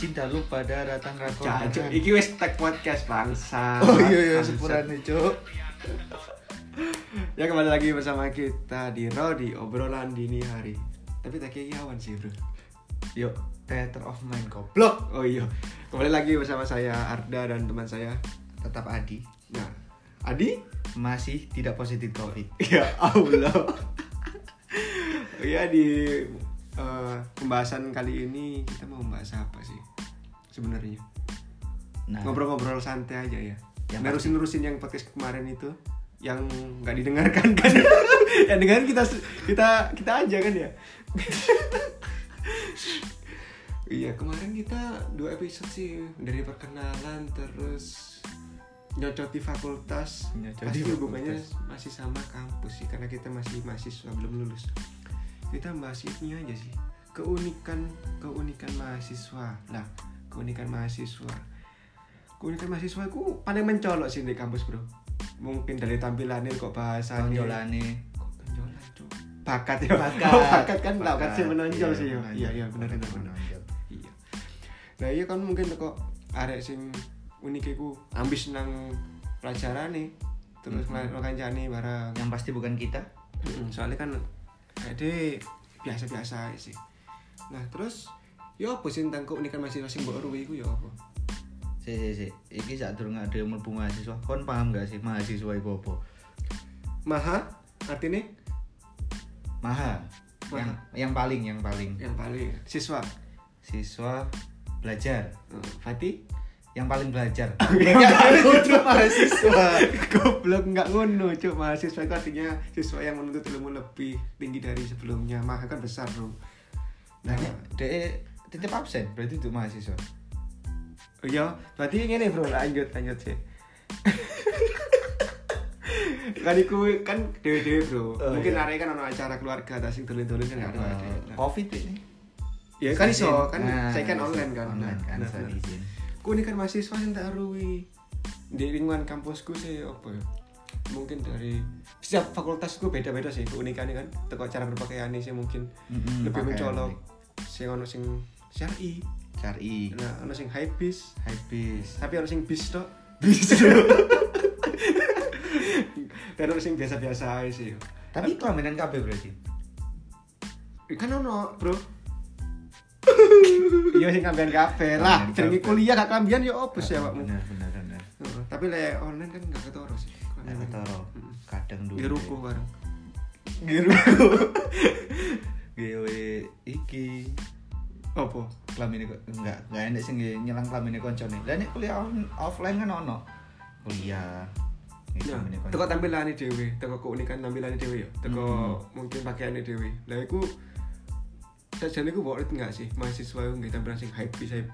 cinta lu pada datang rakor Cacu, dengan- iki wis tag podcast bangsa. oh iya iya Bangsat. sepurane cuk Ya kembali lagi bersama kita di Rodi obrolan dini hari. Tapi tagnya iki awan sih bro. yuk theater of mind goblok Oh iya, kembali lagi bersama saya Arda dan teman saya. tetap Adi Nah, Adi? masih tidak positif covid Ya Allah. ya di eh, pembahasan kali ini kita mau bahas apa sih sebenarnya? nah ngobrol-ngobrol santai aja ya. Yang Nerusin-nerusin yang podcast kemarin itu yang nggak didengarkan kan. yang dengerin kita kita kita aja kan ya. iya, kemarin kita dua episode sih dari perkenalan terus nyocot di fakultas. Nyocot Pasti di fakultas. hubungannya masih sama kampus sih karena kita masih mahasiswa belum lulus. Kita bahas ini aja sih keunikan keunikan mahasiswa Nah, lah keunikan mahasiswa keunikan mahasiswa ku paling mencolok sih di kampus bro mungkin dari tampilannya kok bahasanya tonjolane Kok benjolan, Cuk? bakat ya Bakat. Oh, bakat kan lah bakat Bakat. sih menonjol Iya, sih ya menonjol. iya iya benar Bakat benar benar. menonjol. iya nah iya kan mungkin kok arek sing unik iku ambis nang pelajaran nih terus Mhm. mm -hmm. barang yang pasti bukan kita Mm-mm, soalnya kan ade biasa-biasa aja sih nah terus yo apa sih tentang keunikan masing-masing mbok ruwi iku yo apa si si si iki saat durung ada yang mlebu mahasiswa kon paham gak sih mahasiswa iku apa maha artinya maha Maha. yang yang paling yang paling yang paling siswa siswa belajar Mm, Fatih yang paling belajar Enggak, mahasiswa goblok nggak ngono cuk mahasiswa itu artinya siswa yang menuntut ilmu lebih tinggi dari sebelumnya maha kan besar bro nah Nah, de tetep absen berarti itu mahasiswa. iya berarti ini bro lanjut lanjut sih kan iku kan dewe-dewe bro Oh, mungkin iya. arek kan ono acara keluarga ada sing dolen-dolen kan nggak ada arek. Nah, Ah, Covid ini. Ya kan iso, kan Oh. Nah, saya kan iso. online kan. Online kan, Nah, saya nah. izin. Ku ini kan mahasiswa yang tak arui. Di lingkungan kampusku sih apa ya? Mungkin dari setiap fakultasku beda-beda sih keunikannya kan. Teko cara berpakaiannya sih mungkin Mm-mm, lebih pakaian mencolok. unik. Sing ono sing syar'i, Cari nah ono sing high bis, habis. tapi ono sing bis tok. Bis. Dan ono sing biasa-biasa aja sih. Tapi kelaminan KB berarti. Kan ono, Bro. Iya sing kambian kabeh lah. Kambian Jenenge kabeh. kuliah gak kambian ya opo sih awakmu. Benar benar benar. Heeh, tapi lek online kan gak ketoro sih. Nah, ketoro. Mm-mm. Kadang dulu. Di ruko bareng. Geruku. Gewe E iki Apa? kelamine kok enggak enggak enak sing nge- nyelang kelamine koncone. Lah nek kuliah on- offline kan ono. Kuliah. nge- Ya, kelamine teko koncone. tampilane dhewe, teko keunikan tampilane dhewe ya. Teko Mm-mm. mungkin pakaiannya dhewe. Lah iku sajane iku worth it enggak sih mahasiswa iku nggih tampilan sing hype hype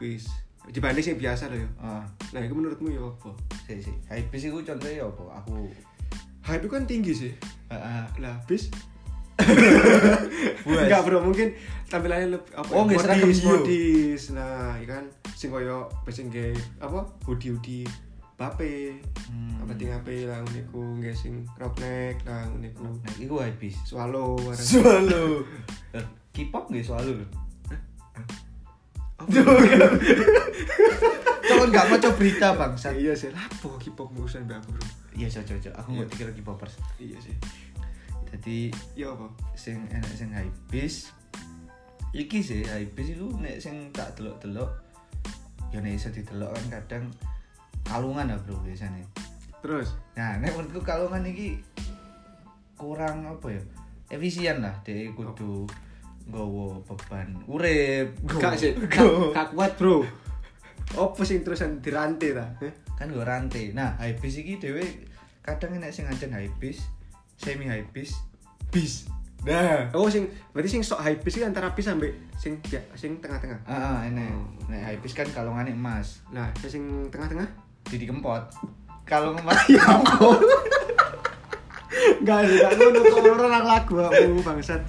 dibanding sing biasa lho ya. Ah. Lah iku menurutmu ya apa? Si, si. Habis itu contohnya apa? Aku Hype itu kan tinggi sih. Heeh. Lah bis Buas. Enggak bro, mungkin tampilannya lebih apa? ya, Oh, nggak seragam modis, bio. modis. Nah, ya kan sing koyo wis sing nggih, apa? Hoodie-hoodie bape. Hmm. Apa ting ape lah ngono iku nggih sing crop neck lah ngono iku. Nah, iku habis. Swallow warna. Selalu. K-pop nggih selalu lho. ya, Cuman gak maca berita bangsat. Iya sih, lapo kipok urusan mbak bro. Iya, cocok cocok. Aku nggak pikir K-popers. Iya sih. Jadi Ya apa? sing enak sing hypebeast iki sih hypebeast itu nek sing tak delok-delok ya nek iso didelok kan kadang kalungan lah bro biasanya Terus nah nek menurutku kalungan iki kurang apa ya efisien lah dia kudu nggawa beban urip Gak sih, Kan- Nggawa- gak gak kuat bro. Apa sing terusan dirantai ta? Eh? Heh? kan gue rantai nah hypebeast iki dhewe kadang nek sing ngancen hypebeast semi hypebeast bis nah Oh sing berarti sing sok hype sih antara bis sampai sing ya, sing tengah-tengah. ah ah, enek nek hypebeast kan kalungan emas Nah, saya sing tengah-tengah. Didi Kempot. Kalau ngemas ya ampun. Enggak sih, enggak ngono kok orang lagu aku bangsat.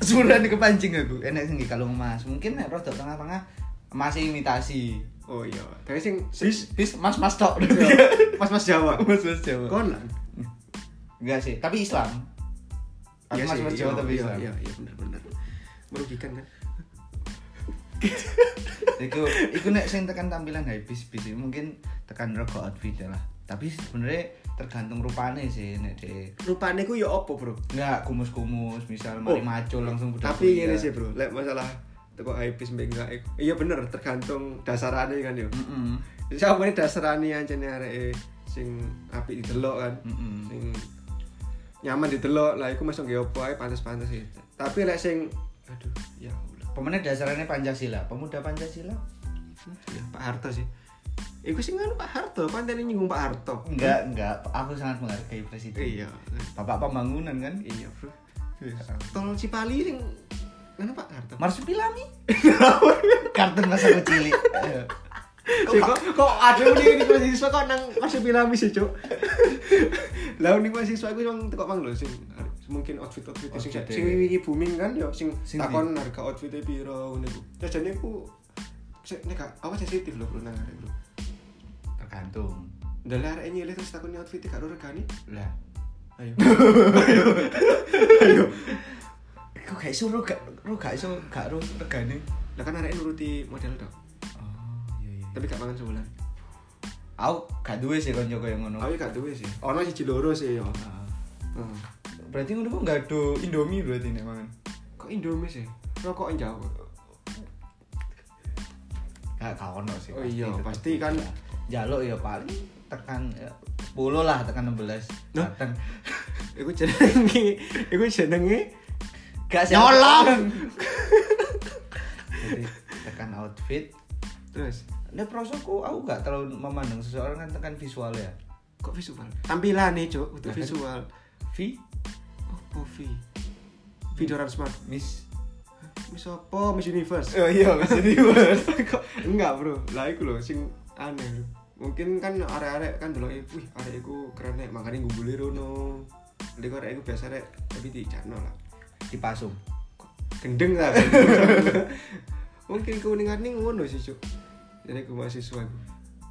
Sudah nih kepancing aku. Enak sih kalau ngemas. Mungkin nek rodo tengah-tengah masih imitasi. Iya. Oh iya, tapi sing bis Bis bis mas mas tok. mas-mas Jawa. Mas mas Jawa. Kon lah. Enggak sih, tapi Islam. Aku Iya mas sih, mas Jawa iya, tapi iya, Islam. Iya, iya benar-benar. Merugikan kan? Iku iku nek sing tekan tampilan high bis bis mungkin tekan rego outfit ya lah. Tapi sebenarnya tergantung rupane sih nek de. Rupane ku ya opo, Bro? Enggak kumus-kumus misal mari Oh. macul langsung budal Tapi kuliah. ini sih, Bro. Lek masalah teko hypeis mbek enggak. iku- Iya bener, tergantung dasarane kan yo. Mm-mm. Sampe dasarane ancene areke eh, sing apik didelok kan. Mm-mm. Sing nyaman didelok lah iku masuk nggih opo ae pantes-pantes sih. Tapi lek sing aduh, ya Allah. Pemenang dasarannya Pancasila, pemuda Pancasila? Ya, Pak Harto sih. Iku sing kan Pak Harto, pantene nyinggung Pak Harto. Enggak, enggak. Aku sangat menghargai presiden. Iya. Bapak pembangunan kan? Iya, Bro. Tol Cipali sing ngene Pak Harto. Marsupilami? Kartun masa aku cilik. Ayo. Sih, kok kok ada ini ini mahasiswa kok nang masih piramid sih ya, cuk lah ini mahasiswa aku cuma tekok mang lho sing mungkin outfit outfit sing Outfit-e. sing wingi booming kan yo sing Sing takon harga outfit e piro ngene ku terus jane ku sik nek gak apa sensitif lho bro nang arek bro Tergantung. ndalah arek nyilih terus takon outfit e gak ro regane Lah, ayo Kok gak iso ro gak ro gak iso gak ro regane. lah kan arek nuruti model tok Oh, iya iya. tapi gak mangan sebulan Aku gak duwe sih kanca kaya ngono. aku gak duwe sih ono siji loro sih yo Ah. Heeh. Berarti ngono kok gak do Indomie berarti nek mangan. kok Indomie sih rokok Jawa Gak gak ono sih. Oh iya, tetep pasti beda. kan. Jaluk ya paling tekan ya, 10 lah tekan 16. Nah. Kadang Iku jenenge, iku jenenge gak sih. Nyolong! Jadi tekan outfit. terus Nek prosoku aku gak terlalu memandang seseorang kan tekan visualnya. kok visual tampilan nih cok Nah, untuk kan. visual V oh povi video orang smart Miss miss apa miss universe Oh iya, Miss Universe. Kok- enggak bro lah iku loh sing aneh bro mungkin kan arek-arek kan dulu wih arek iku keren nek makanya gue beli rono Lha kok arek iku biasa rek tapi di channel lah di Pasung. gendeng lah mungkin kuningan nih ngono sih cuk jadi aku mahasiswa aku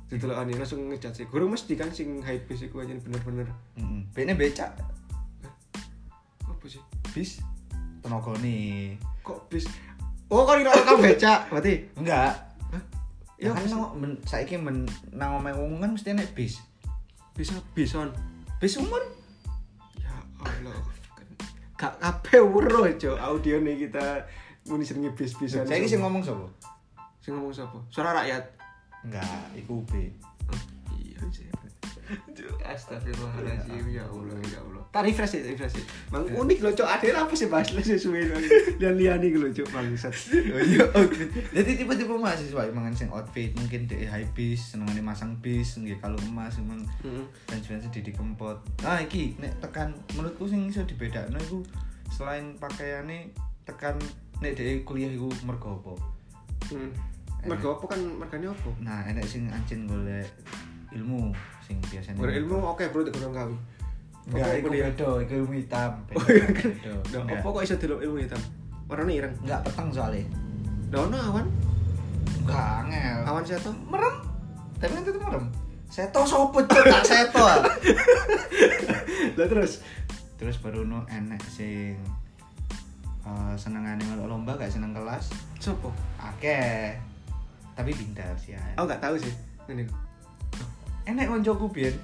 ditelok aneh langsung ngejat sih guru mesti kan sing hype sih aku aja bener-bener Heeh. Bene becak apa sih bis tenaga nih. kok bis oh kok dino rekam beca berarti Enggak. Hah? Ya Ya, kan bis- nang men, saiki men nang omahe wong kan mesti nek bis. bisa bison Bis umur. ya Allah kan- gak kabeh weruh cok audio nih kita muni senengi bis bisan Saiki sing ngomong sapa? sing ngomong sapa suara rakyat Enggak, iku B. iya sih Astagfirullahaladzim ya Allah ya Allah. Tak refresh ya, refresh ya. Mang unik loh cok, ada apa sih bahas lo sesuai dengan lian-lian ini loh cok bangsat. Oh iya, outfit. Jadi tipe-tipe mahasiswa emang sing outfit mungkin dhek high bis, senengane masang bis, nggih kalung emas emang Mm-mm. dan sebenarnya Didi Kempot. Nah, iki nek tekan menurutku sing iso dibedakno iku selain pakaiane tekan nek dhek kuliah iku mergo apa. Hmm. Mergo apa kan mergane apa? Nah, enek sing ancen golek ilmu sing biasanya Ora ilmu oke bro di Gunung Kawi. Enggak, Apa iku kuliah? beda, iku ilmu hitam. Oh, Beda, iya, kan? beda. Nah, Enggak. apa kok iso delok ilmu hitam? Warnane ireng. Enggak peteng soalnya. Lah ono awan. Enggak angel. Awan seto. merem. Tapi kan tetep merem. Seto sopo cuk tak seto. ah. Lah terus Terus baru no enek sing eh, senengane melok lomba gak seneng kelas. sopo? Akeh. Tapi bindar sih. ya. Aku gak tahu sih. Ngene. Enek koncoku biyen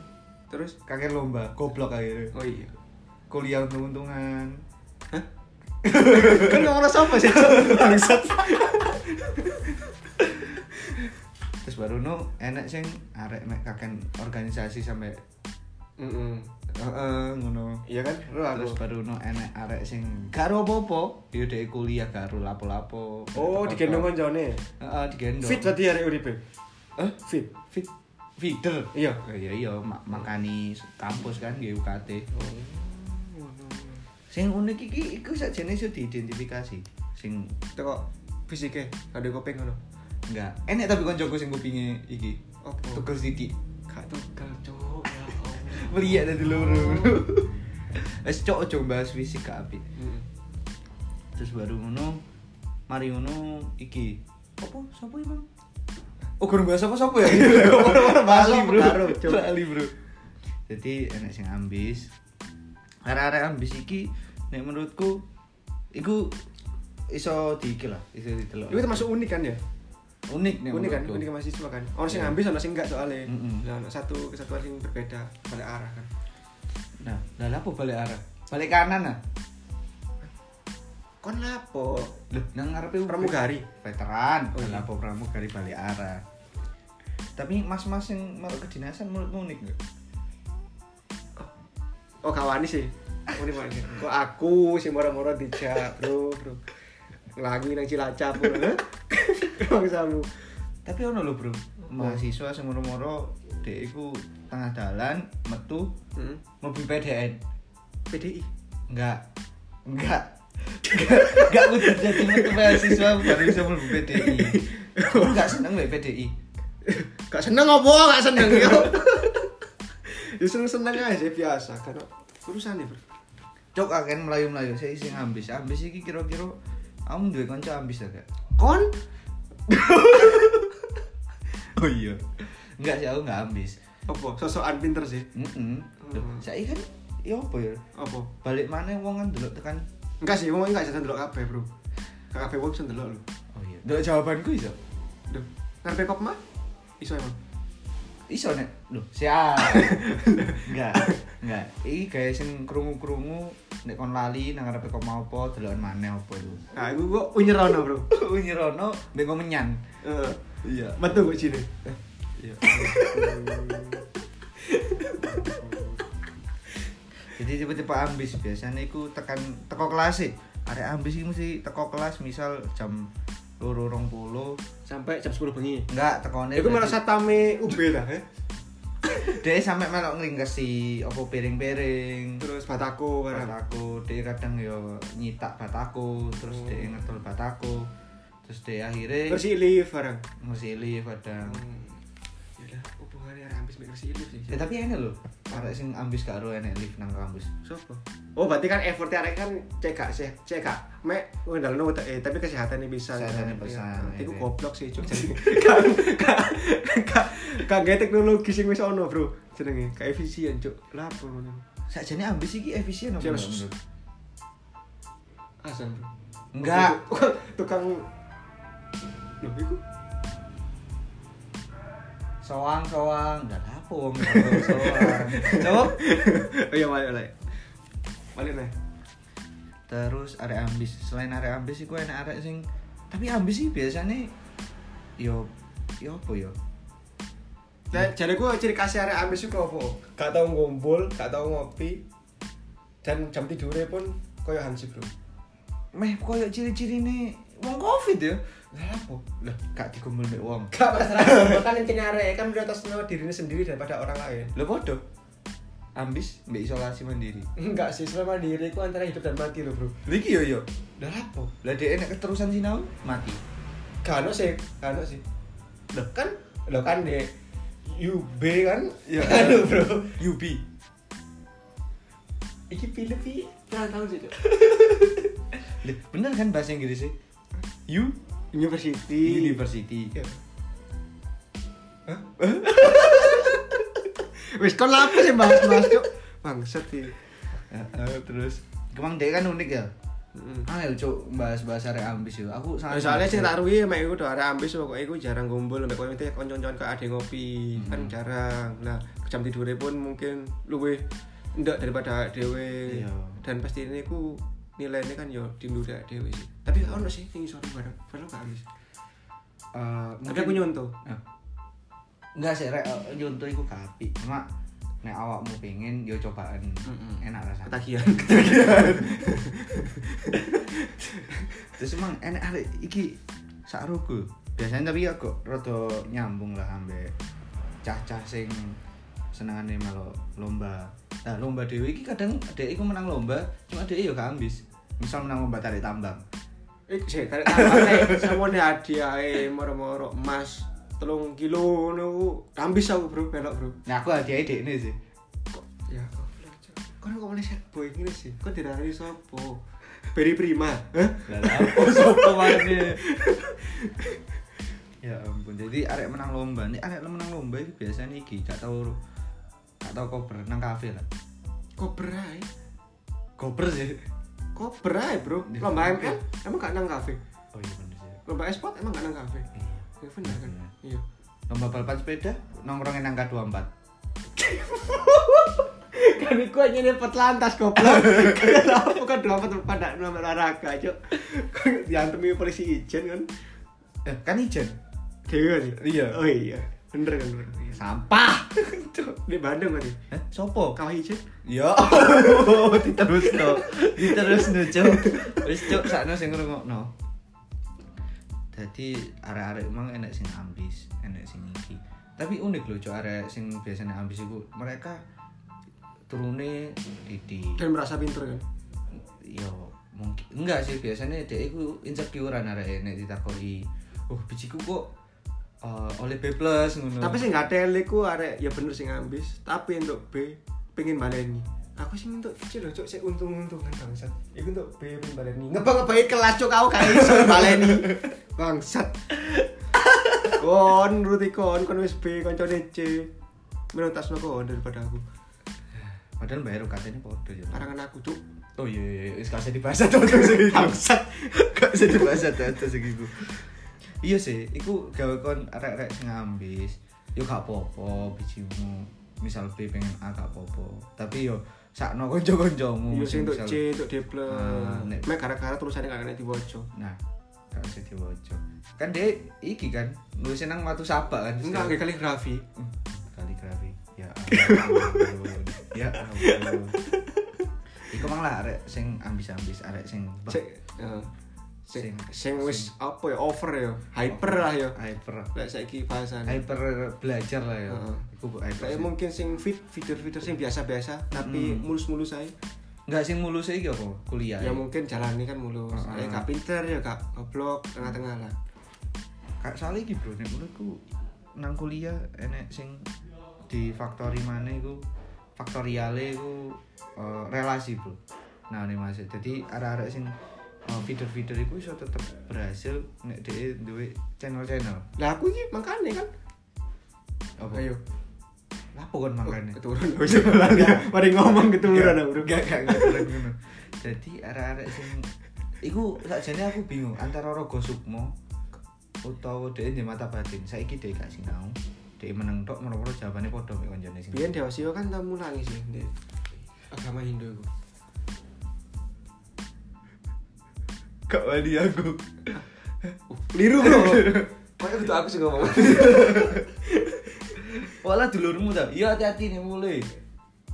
Terus kakek lomba, goblok akhirnya. oh iya. Kuliah untung-untungan. Hah? kan gak ngerasa apa sih? Bangsat. Terus baru no enek sing arek mek kakek organisasi sampai Heeh. heeh ngono. Iya kan? Lu aku. terus baru no enek arek sing gak ro apa-apa ya dhek kuliah gak ro lapo-lapo Oh, digendong kancane. heeh digendong Fit berarti arek uripe. Hah? Fit. fit feeder Iya. Eh, iya iya mak- makani kampus kan di UKT Oh. sing unik iki iku sakjane iso diidentifikasi sing Teko fisike ada kopeng ngono. enggak enek tapi koncoku sing kupinge iki Opo? tukel sithik Gak tugel, Cuk. Ya Allah. meriak dari loro wis cok ojo bahas fisik gak apik Heeh. terus baru ngono mari ngono iki opo sapa emang oh kurang bahasa apa sapa ya Bali, Bali bro. bro Coba. Bali bro jadi enak sing ambis arek-arek ambis iki nek menurutku iku iso diiki lah, iso ditelok. Itu termasuk unik kan ya? unik nih. unik kan menurutku. unik mahasiswa kan orang sing Iya. ambil orang sing enggak soalnya Mm-mm. lah anak satu kesatuan sing berbeda pada arah kan Nah, lah lah apa balik arah? Balik kanan nah. kon lapo Loh, nang ngarepe UB. pramugari veteran, Oh, oh, iya. lah apa pramugari balik arah. Tapi mas-mas yang mau kedinasan menurutmu unik nggak? oh kawani sih unik banget kok aku sih moro-moro dijak bro bro lagi nang cilacap bro Hah? kau samu Tapi ono lho, Bro. Mahasiswa sing moro-moro dek iku tengah dalan metu Mm. mobil PDN. PDI Enggak. Enggak. Enggak, enggak kudu jadi metu mahasiswa baru bisa mlebu PDI. Aku enggak seneng lho PDI. gak seneng apa gak seneng yo ya seneng seneng aja biasa kan urusan nih bro Cok akan melayu-melayu saya kan sing ambis. Ambis iki kira-kira kamu duwe kanca ambis ta gak? kon Oh iya. Enggak sih aku enggak ambis. apa sosokan pinter sih Heeh. Hmm. Saya kan ya apa ya? apa Balik mana wong kan delok tekan enggak sih ngomongin enggak jajan delok kabeh bro Gak kabeh wong bisa delok lho Oh iya. Delok jawabanku iso. Duh, ngarepe kok mah? Iso emang. iso nek lho siap enggak enggak iki gawe sing krungu-krungu nek kon lali nang arepe kok mau apa deloken maneh apa iku Nah, iku kok unyerono, Bro. unyirono bengko menyan Heeh. iya Metu kok sini. iya jadi tipe-tipe ambis biasanya iku tekan teko kelas sih arek ambis iki mesti teko kelas misal jam loro rong puluh Sampai jam 10 bengi. enggak tekone Nah, Iku merasa tame UB lah, ya. dia sampe melok nglingkesi opo piring-piring Terus batako barang. bataku dia kadang yo nyitak bataku terus Oh. dia ngetol bataku terus dia akhirnya Bersih Oh. lift barang. ngesili kadang Ya udah, Hmm. hubungannya ambis mek bersih lift ya sih. tapi enak loh arek sing ambis karo enek lift nang kampus Sopo? Oh, berarti kan effortnya arek kan cekak sih, cekak. Mek ngendalno utek eh tapi kesehatannya bisa. Kesehatannya bisa, Iya. Iku iya. goblok sih, Cuk. Kan kan kan teknologi sing wis ono, Bro. Jenenge gak efisien, Cuk. Lah apa ngono? sakjane ambis iki efisien apa Siapa, enggak Sus? menurut Asan, Bro. enggak Tuk- tukang Loh, iku soang soang enggak lah, apa wong kalau soang Cuk. oh iya balik balik balik nih terus arek ambis selain arek ambis iku enak arek sing tapi ambis sih biasanya yo yo apa yo nah jadi gue ciri kasih area ambis itu apa gak tau ngumpul gak tau ngopi dan jam tidurnya pun koyo hansip bro meh koyo ciri-ciri nih wong covid ya lah apa lah gak dikumpul mek wong gak masalah kan intinya area kan prioritas nama dirinya sendiri daripada orang lain Lo bodoh. Ambis mbek isolasi mandiri. enggak sih selama diri ku antara hidup dan mati loh bro Lagi yo yo. lah apa Lah dhek nek keterusan sinau mati. gak ada sih gak ada sih Loh. kan lo kan deh UB kan Ya. aduh bro Yubi. Iki pilih pi, nah tahu sih Lah bener kan bahasa Inggris sih? U University. University. Ya. Hah? Wis kon lapo sih bahas bahas cuk. Bangsat Eh, iki. eh, terus kemang dhek kan unik ya. Ah, cuk bahas-bahas arek ambis yo. Aku Eh, Nah, soalnya sing tak ruwi mek iku do arek ambis pokoke iku jarang kumpul mek koyo itu kanca-kancan kok ade ngopi, Hmm. kan jarang. Nah, jam tidurnya pun mungkin luwih ndak daripada awake dhewe. Iya. Dan pasti ini ku nilainya kan yo dindu awake dhewe sih. Tapi ono sih sing iso bareng, perlu gak ambis. Tapi aku nyontoh. Nah. Enggak sih, rek eh, nyontoh iku gak apik. Cuma nek awakmu pengen yo cobaan. Mm-mm. Enak rasanya. ketagihan Terus emang enak arek iki sak rogo. Biasanya tapi ya kok rada nyambung lah ambek cah-cah sing senengane melo lomba. Nah, lomba dhewe iki kadang dhek iku menang lomba, cuma dhek yo gak ambis. Misal menang lomba tarik tambang. Eh, sih, tarik tambang semuanya hadiah eh moro-moro emas telung kilo nunggu tambis aku bro belok bro Nah, aku hadiahe dekne sih. kok ya kok kok kok mulai set boy ini sih kok dirari sopo Beri prima Hah? Lah lah, oh sopo maneh. Ya ampun, jadi arek menang lomba, nih arek menang lomba iki biasanya iki gak tau gak tau kober nang kafe lah. kok berai Kober sih. Koper aja bro, Di lomba kafe. ML emang gak nang kafe oh iya bener sih Lomba esport emang gak nang kafe iya Ya bener kan? Iya. Iya lomba balapan sepeda nongkrongin angka 24 Kan aku hanya dapat lantas goblok Kenapa kan dapat pada nomor olahraga cok Kan Diantemi polisi izin kan eh, kan ijen Dewa nih Iya. Oh iya Bener kan bener Iya. sampah Cok, Di Bandung kan eh, sopo Kau izin Ya, diterus no, diterus no cok, wis cok sakno sing ngrungokno. Dadi arek-arek emang enek sing ambis, enek sing iki. Tapi unik lho cok arek sing biasanya ambis iku, mereka turune didik. Dan merasa pinter kan Yo, mungkin enggak sih biasanya dhek iku insecurean arek nek ditakoki, "Oh, bijiku kok eh, oleh B+ ngono." Tapi sih gak tele ku arek ya bener sih ngambis Tapi untuk B pengen baleni Aku sih untuk kecil loh cok, saya untung-untungan bangsat Iku untuk B pengen baleni Ngebang-ngebangi kelas cok, aku kayak iso baleni Bangsat Kon, nuruti kon, kon wis B, kon C Menurut tasno kon daripada aku padahal bayar UKT-ne padha ya. Karangan aku cok Oh iya iya, iya. sekarang saya dibahas atau atau sing iku. Bangsat. Gak usah dibahas atau atau sing iku. Iya sih, iku gawe kon arek-arek sing ambis. Yo gak apa-apa bijimu. Misal B pengen A gak apa-apa. Tapi yo sakno kanca-kancamu. Iya sih untuk Hmm, misal- C, untuk D plus Ah, nek- Mek gara-gara tulisannya gak kena di wajah Nah, gak usah diwoco. Kan dia iki kan nulisnya nang watu saba kan. Enggak, kayak kaligrafi Hmm, kaligrafi ya ampun ya ampun iku mang lah arek sing ambis-ambis arek sing Sing, eh, sing, Sing- sing wis apa ya over ya, hyper lah ya. hyper Lek saiki bahasane. hyper belajar lah ya Heeh. iku bu- hyper sih. Lek mungkin sing fit fitur-fitur sing biasa-biasa tapi Hmm. mulus-mulus ae. nggak sing mulus iki apa kuliah Ya mungkin jalani kan mulus. Heeh. Ya gak pinter ya gak goblok tengah-tengah lah. kak soalnya iki bro nek menurutku nang kuliah enek sing di factory mana iku faktoriale iku eh, relasi bro nah ini masih jadi arek-arek sing eh, feeder-feeder iku iso tetep berhasil nek dhewe duwe channel-channel Lah aku iki mangkane kan. apa Ayo. Oh, lapo kon mangkane Keturun wis lali. Mari Iya. ngomong keturun aku. Gak, gak, gak keren ngono. Jadi arek-arek sing iku sakjane aku bingung antara Rogo Sukmo utawa dhek di mata batin. Saiki dhek gak sinau. Dhek meneng tok menawa jawabane padha mek kancane sing. Biyen Dewa Siwa kan tamu nangis ya. Ndek. Agama Hindu iku. Gak wani aku. Uh, Liru bro. Kayak gitu aku sih ngomong. Wala dulurmu ta. Iya hati-hati nih mulai.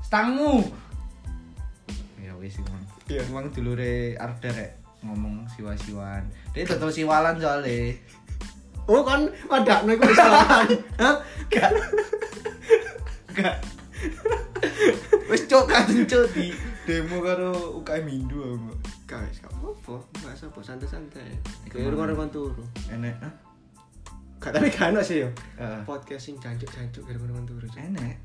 Stangmu. Ya wis iku. Mang. Iya. Mang dulure Arda rek ngomong siwa-siwan. Dhek total siwalan soalnya Oh kan padakno iku wis salah. Hah? Gak. Enggak. Wis cok kadung cok di demo karo UKM Hindu aku. Guys, gak apa-apa, gak apa santai-santai. Iku Kayak mana? orang-orang turu. Enek. Hah? Gak tapi gak ono sih yo. Heeh. Podcasting jancuk-jancuk kayak orang-orang turu. Cuk. Enek.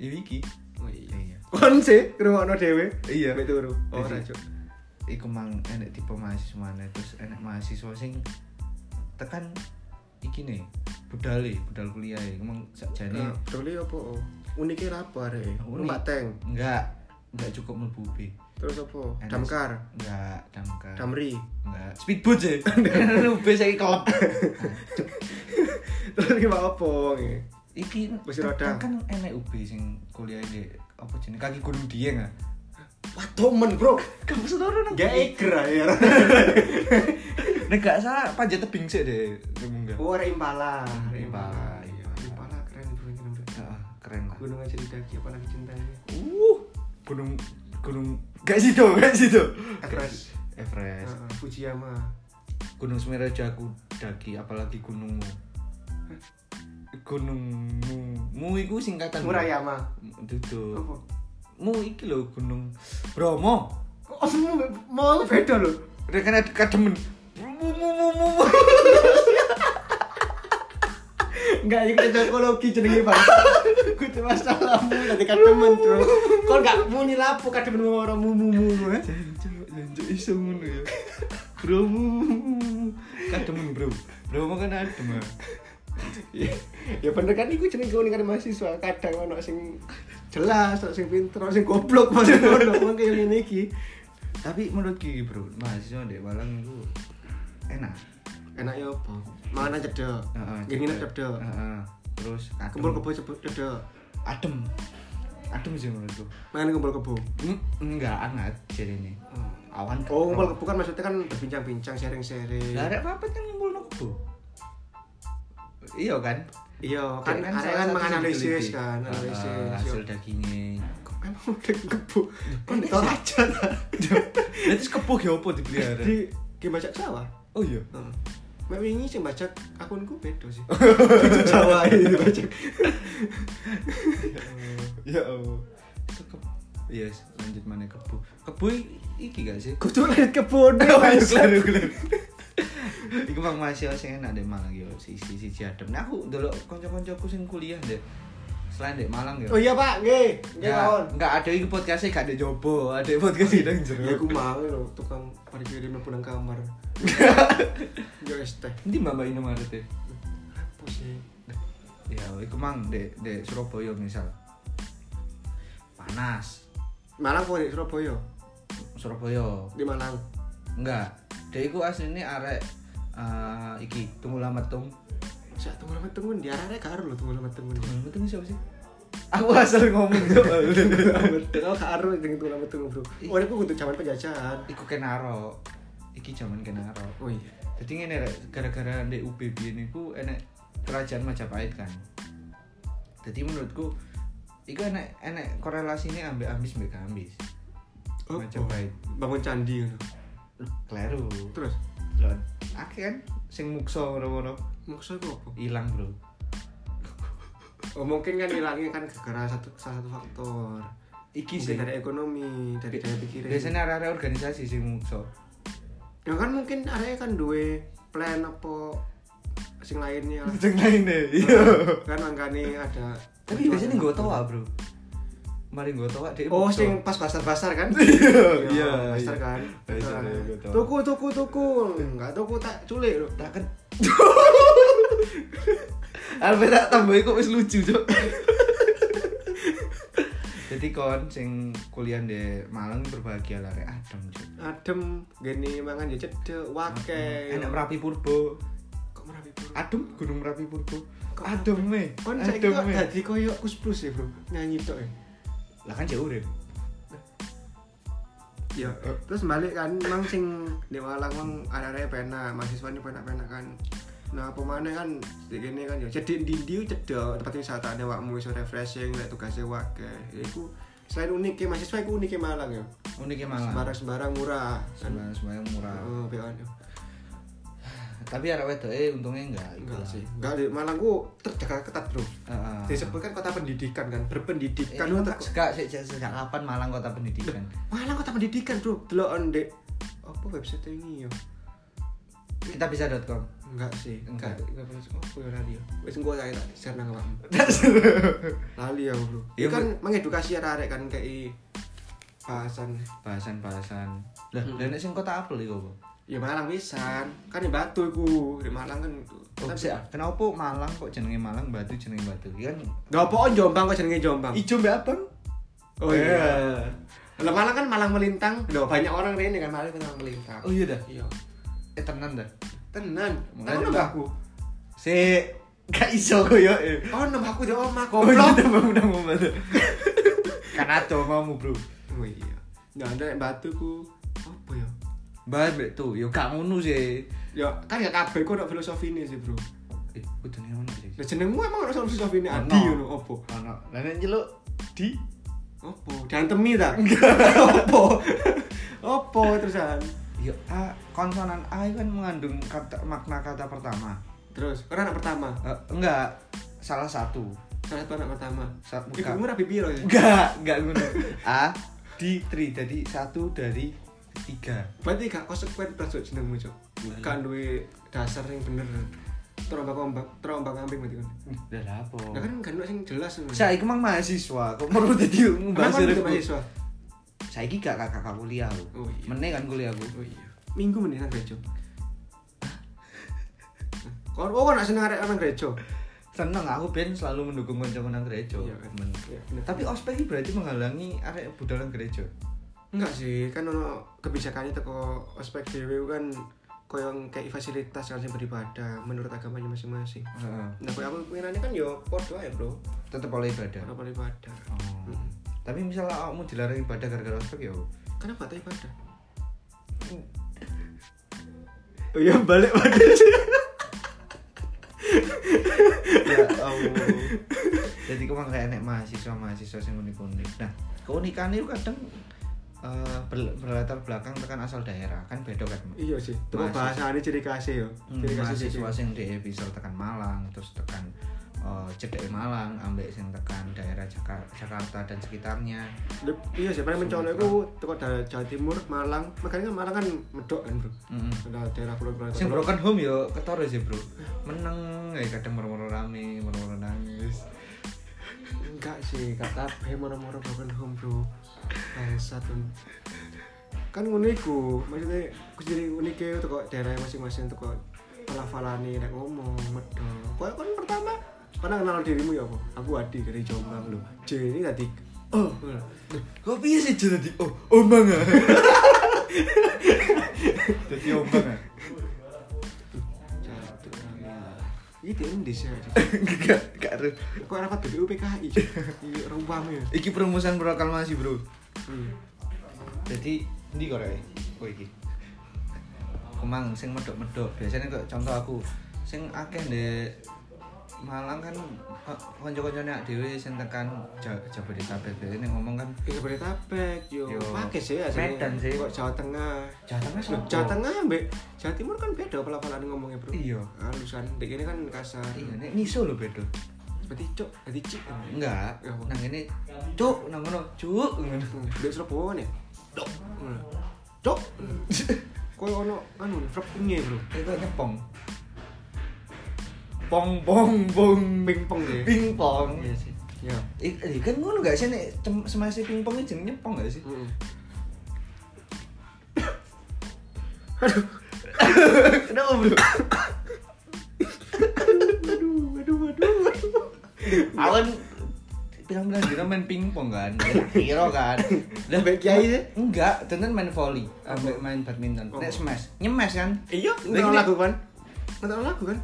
Ya iki. Oh iya. Eh? Iya. Kon sih ngrungokno dhewe. Iya. Mek turu. Ora, Jadi- Cuk. Iku mang enek tipe mahasiswa mana terus enek mahasiswa sing tekan iki nih budale budal kuliah ya emang sakjane Nah, Doli opo? Unike rapo arek? Unik. Numpak tank. enggak enggak cukup mlebu B. Terus opo? Enak. Damkar. enggak damkar Damri. enggak speedboat e. sih UB saiki kelep Terus ki opo nge? iki Kursi roda. kan enek UB sing kuliah di apa jenis kaki gunung dieng ah Watomen, Bro. kamu saudara nang Gak egra ya. eh, Nek gak salah panjat tebing sih deh, munggah. Oh, arek impala. Arek Impala, Iya, iya. impala keren bro ini menurut. Heeh, keren lah. Gunung aja di kaki apalagi cintanya. Uh, gunung gunung gak situ, gak situ. Everest. Everest. Heeh, Fujiyama. Gunung Semeru aja aku daki, apalagi gunungmu. Gunungmu, mu iku singkatan. Murayama. Dudu. Apa? Mu iki lho gunung Bromo. Oh, mau beda loh. Udah kan ada kademen. Mu mu mu mu. mu. Enggak, ini kita ekologi jenenge Bang. Kudu masalahmu nanti kademen, Bro. Kon gak muni lapo kademen ngomong mumu-mumu, eh. Jancuk, jancuk iso ngono ya. Bro. mu, mu, mu. Kademen, Bro. Bromo kan adem. ah. ya bener kan iku jenenge keunikan mahasiswa kadang ono sing jelas ono sing pinter ono sing goblok maksudnya ono mung kaya ngene iki tapi menurut ki bro mahasiswa di Malang itu enak enak ya apa mangan aja cedek Heeh, gini nak cedek. cedek Heeh. terus adem kumpul kebo cebut cedek adem adem sih menurutku mangan kumpul kebo Hmm, enggak hangat jadi ini awan oh kumpul kebo kebo kan maksudnya kan berbincang-bincang sharing-sharing lah ada apa kan ngumpul kebo iya kan iya kan Dia ada salah kan satu menganalisis sisi kan teliti. Heeh, analisis hasil dagingnya kan udah kebo kan Ini tau sa- aja lah Lah terus kebo ya apa dipelihara? di gimana sawah Oh iya. Heeh. Mek wingi sing bajak akunku beda sih. Itu Jawa itu bajak. Ya Allah. Itu kebo. Yes, lanjut mana kebo. Kebo i- iki gak sih? Kudu lihat kebun. keliru, keliru. Iku mang masih sing enak deh Malang yo sisi sisi adem. Nah aku ndelok kanca-kancaku sing kuliah deh. Selain dek Malang yo. Oh iya Pak, nggih. Nggih Ya, mawon. enggak ada iki podcastnya gak ada jobo, ada podcast nang Ya aku jero. mau lho tukang parkir di pulang kamar. Yo es teh. Nanti mbak ini marah deh. Apa sih? Ya, iku mang dek dek Surabaya misal. Panas. Malang kok di Surabaya, Surabaya di Malang. Enggak. Dia iku asline arek eh, iki tunggu lama tung. Sak tunggu lama tunggu di arah-arah karo lho tunggu lama tunggu. Tunggu lama tung siapa sih? Aku asal ngomong tuh. Tunggu karo dengan tunggu lama tunggu, Bro. Oh, ini untuk zaman penjajahan. iku kenaro. Iki jaman kenaro. Oh iya. Jadi ngene rek gara-gara ndek UB biyen iku enek kerajaan Majapahit kan. Jadi menurutku iku enek enek korelasinya ambek ambis mbek ambis. Oh, Majapahit. Bangun candi ngono. Kleru. Terus Lho, akeh kan sing muksa ngono-ngono maksudku apa? ilang, Bro. Oh mungkin kan hilangnya kan gara satu salah satu faktor. Iki Mungkin sih dari ekonomi, dari daya pikiran. biasanya arah-arah organisasi sing muksa. Ya kan mungkin area kan duwe plan apa sing lainnya lah. Sing lainnya, kan mangkane Iya. ada Tapi biasanya nggak tahu bro. Mari nggak tahu deh. Oh, sing pas pasar-pasar kan? iya, pasar iya. kan. Pasar, iya, gua tahu. Tuku tuku tuku. Enggak tuku tak culik lho. tak kan. Albe tak tambah kok wis lucu cok. Jadi kon sing kuliah di Malang berbahagia lah rek adem cok. Adem gini mangan ya cedek wake. Hmm, Enak Merapi Purbo. Kok merapi bro? Adem Gunung Merapi Purbo. Kok Adem me. Kon saiki adem kok me. dadi koyo kus plus ya, Bro. Nyanyi tok ya. Lah kan jauh urip. Ya, terus balik kan mang sing di Malang mang arek-arek penak, mahasiswa ini penak-penak kan. Nah, pemane kan sedikit ini kan ya. Jadi di di cedok tempat wisata ada wakmu iso refreshing lek tugasnya wake. Ya iku selain unik ya mahasiswa iku unik ya Malang ya. Uniknya Malang. Sembarang-sembarang murah. Kan. Sembarang sembarang murah. Oh, beon. Tapi arek wedoke untungnya enggak iku Enggak lah. Ah. sih. Enggak di Malang ku terjaga ketat, Bro. Heeh. Disebut kan kota pendidikan kan, berpendidikan. Kan lu Kota- sejak sejak sejak kapan Malang kota pendidikan? Malang kota pendidikan, Bro. Delokan dek apa website ini ya? Kita bisa.com. Enggak sih, Enggak. Enggak pernah oh, aku ya lali ya. Wis engko tak tak share nang awakmu. Lali ya, Bro. Iya, Iya kan mengedukasi arek-arek kan kayak bahasan Bahasan-bahasan. Lah, Hmm. lah nek sing kota Apel iku apa? ya Malang pisan. Kan di Batu iku, di Malang kan. Oh, sik, kenapa Malang kok jenenge Malang Batu jenenge Batu? Iki kan Enggak apa oh, Jombang kok jenenge Jombang. ijo mbak Abang. Oh iya. Lah Malang kan Malang melintang. Loh, banyak orang rene kan Malang Malang melintang. Oh iya dah. Iya. Eh tenan dah. Tenan. Makanya Tenan Bang. nambah aku. Sik, gak iso koyo. Oh, nambah aku di omah Oh, iya goblok. dah bangunan Batu. Kan ado omamu, Bro. Oh iya. Nah, ada Batu ku apa ya? Mbak mbek tuh, yo gak ngono sih. Ya, kan gak kabeh kok ono filosofine sih, Bro. Eh, kudune ono sih. Lah jenengmu emang ono soal filosofi ini Ono. Adi ngono opo? Ono. Lah nek njeluk di Opo? Diantemi ta? opo? opo terusan? Ya, A, konsonan A itu kan mengandung kata, makna kata pertama. Terus, karena anak pertama. Eh, enggak, salah satu. Salah satu anak pertama. Sa- bukan. Ibumu rapi piro ya? Enggak, enggak ngono. A, di, tri. Jadi satu dari tiga. Berarti gak konsekuen terus Cuk, jenengmu, Cuk. Iya. Gak duwe dasar yang bener. Terombak-ombak, terombak-ambing berarti kan. Udah lah, apa? Nah kan gak ono sing jelas ngono. Saya iku mang mahasiswa, kok perlu jadi Kenapa ngebahas lu uripku? mahasiswa? Saya iki gak kakak kuliah lho. Oh, iya. Meneh kan kuliahku. Oh iya. Minggu meneh nang gereja. Kon oh kon nak seneng arek nang gereja. Seneng aku ben selalu mendukung kanca nang gereja. Iya, kan. Men- Iya, bener. Tapi ospek iki berarti menghalangi arek budal nang gereja. Enggak sih, kan ono kebijakannya teko ospek dhewe kan koyo kayak fasilitas yang beribadah menurut agamanya masing-masing. Heeh. Nah, koyo aku pengenannya kan yo podo ae, Bro. tetep oleh ibadah. Ora beribadah. Oh. Mm. Tapi misalnya kamu dilarang ibadah gara-gara ospek ya. Kenapa tak ibadah? Oh iya balik pada ya Allah. jadi kemang kayak nek mahasiswa mahasiswa sing unik unik nah keunikan itu kadang eh, ber- berlatar belakang tekan asal daerah kan beda kan Iya sih. Temu Mahasiswa. bahasane ciri khasnya yo. Hmm, Ciri khasnya sih. mahasiswa sing DE bisa tekan Malang terus tekan eh, cedek Malang ambek sing tekan daerah Jakar- Jakarta dan sekitarnya Lep- Iya sih, paling mencolok iku teko daerah Jawa Timur, Malang. Makanya kan Malang kan medok kan, Bro. Mm-mm. Ada daerah kulon-kulon. sing broken home yo ketor sih bro meneng ya kadang murmur rame murmur nangis Enggak sih, gak kabeh moro-moro broken home, Bro. Bangsat kan. Kan ngono iku, maksudnya aku jadi unik ya teko daerah masing-masing teko pala-palane nek ngomong medok. Kowe kan pertama pernah kenal dirimu ya apa? Aku Adi dari Jombang lho. J ini tadi oh kok piye sih jadi oh omang ah jadi omang ah jatuh. Iki endi sih? enggak enggak ada Kok rapat BPU PKI? Iya, rumpam ya. iki perumusan proklamasi bro Hmm. jadi ini kok ya oh iki kemang sing medok medok biasanya kok contoh aku sing akeh deh Malang kan konco-konco nek dhewe sing tekan Ja- Jabodetabek biasanya ngomong kan Iya, Jabodetabek, yo. Yo. Pakai sih ya. sini. Medan sih. Kok Jawa Tengah. Jawa Tengah Loh, sopo? Jawa Tengah mbek Jawa Timur kan beda pelafalan ngomongnya, Bro. Iya. Halusan. Dek ini kan kasar. iya nek niso lho bedo Seperti cok, jadi cik. enggak nang ini cuk nang ngono cuk ngono Dek Surabaya nih. Dok. Dok. Koyo ono anu frekunya, Bro. itu nyepong pong pong pong Pingpong ya. pingpong Iya sih. Ya. I- eh, kan ngono gak sih nek cem- semasi pingpong ini jenenge pong gak sih Heeh. kenapa bro Aduh, aduh, aduh. aduh. awan bilang-bilang dia main pingpong kan Ya, kira kan lah Sampai kiai sih? enggak tenan main volley ambek main badminton Oh. nek smash nyemes kan Iya, Lah, ini- nonton lagu kan? Nonton lagu kan?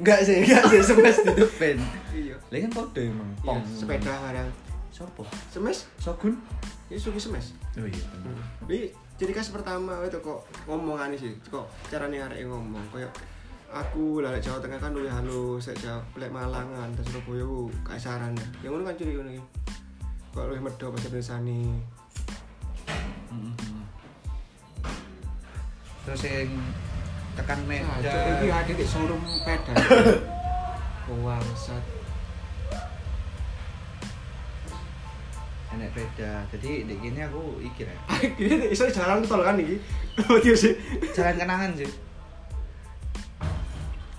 enggak sih enggak sih smash di depan Iya. lah kan kode emang Pong. Iya, Sepeda kadang. sopo Semes? sogun Ini suki semes. oh iya Ini jadi khas pertama itu kok ngomongan sih, kok caranya arek ngomong koyo aku lah lek Jawa Tengah kan luwih halus, sek Jawa lek Malangan terus Surabaya ku kaisaran. Ya ngono kan ciri ngono iki. Kok luwih medho bahasa Indonesia Hmm. Mm, mm. terus yang tekan Nah, meja cok, iki ada di showroom peda. Bangsat. enak beda jadi di gini aku ikir ya Akhirnya iso jalan tol kan iki. Berarti sih. jalan kenangan sih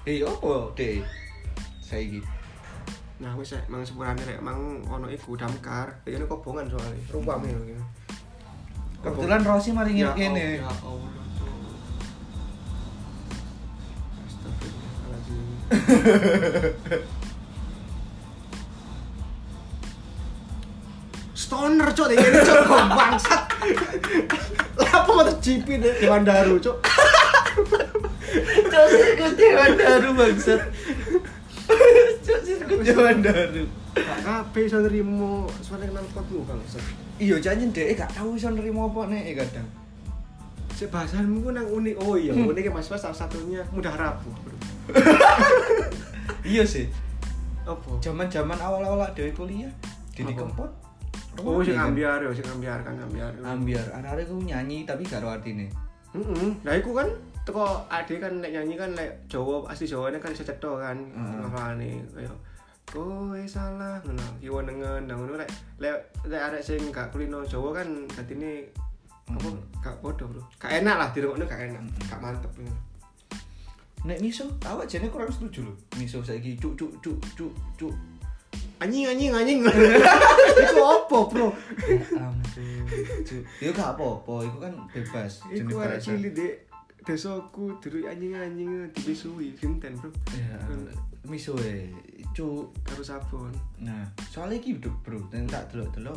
eh apa deh saya Nah, wis sek mang sepurane rek mang ono iku damkar. Iki ono kobongan soalnya. Rumpame lho iki. kebetulan Rossi mari Ya ngirim ini Allah, ya Allah, Cuk. Astagfirullahaladzim. Stoner cok, ini ini, cok Kok bangsat. Lapo mau tercipi deh Dewan Daru cok. Cok sirkus Dewan Daru bangsat Cok sirkus Dewan Daru Gak kabeh iso nrimo suara kenal potmu bangsat. Iya janjen deh gak tau bisa nerima apa nih kadang Sik bahasanmu ku nang unik. Oh iya, Hmm. unik ya Mas Mas salah satunya mudah rapuh. Bro. Iya sih Apa? Jaman-jaman awal-awal ada kuliah Didi Apa? Kempot Oh, sing Rumah dia ambiar yo, sing ambiar kan ambiar. kan. Ambiar Arah-arah aku nyanyi tapi gak ada artinya Heeh. Lah iku kan teko ade kan nek nyanyi kan nek Jawa asli Jawane kan iso cetho kan Heeh. ngelane kaya kowe Oh, eh, salah ngono. Kiwa nengen nah ngono lek lek lek arek sing gak kulino Jawa kan dadine apa Mm. gak podo, Bro. Gak enak lah dirungokne gak enak, Mm. gak mantep ngono. Nek miso, awak jane kurang setuju lho. Miso saiki cuk cuk cuk cuk cuk. Anjing anjing anjing. Iku opo, Bro? Ya ampun. Cuk. Yo gak apa-apa, iku kan bebas Iku jenis arek bahasa. cilik, Dek. Desoku dulu anjing-anjing dibisui Vinten, Bro. Ya, miso e cuk. Karo sabun. Nah, soalnya iki bro, bro, dan tak delok-delok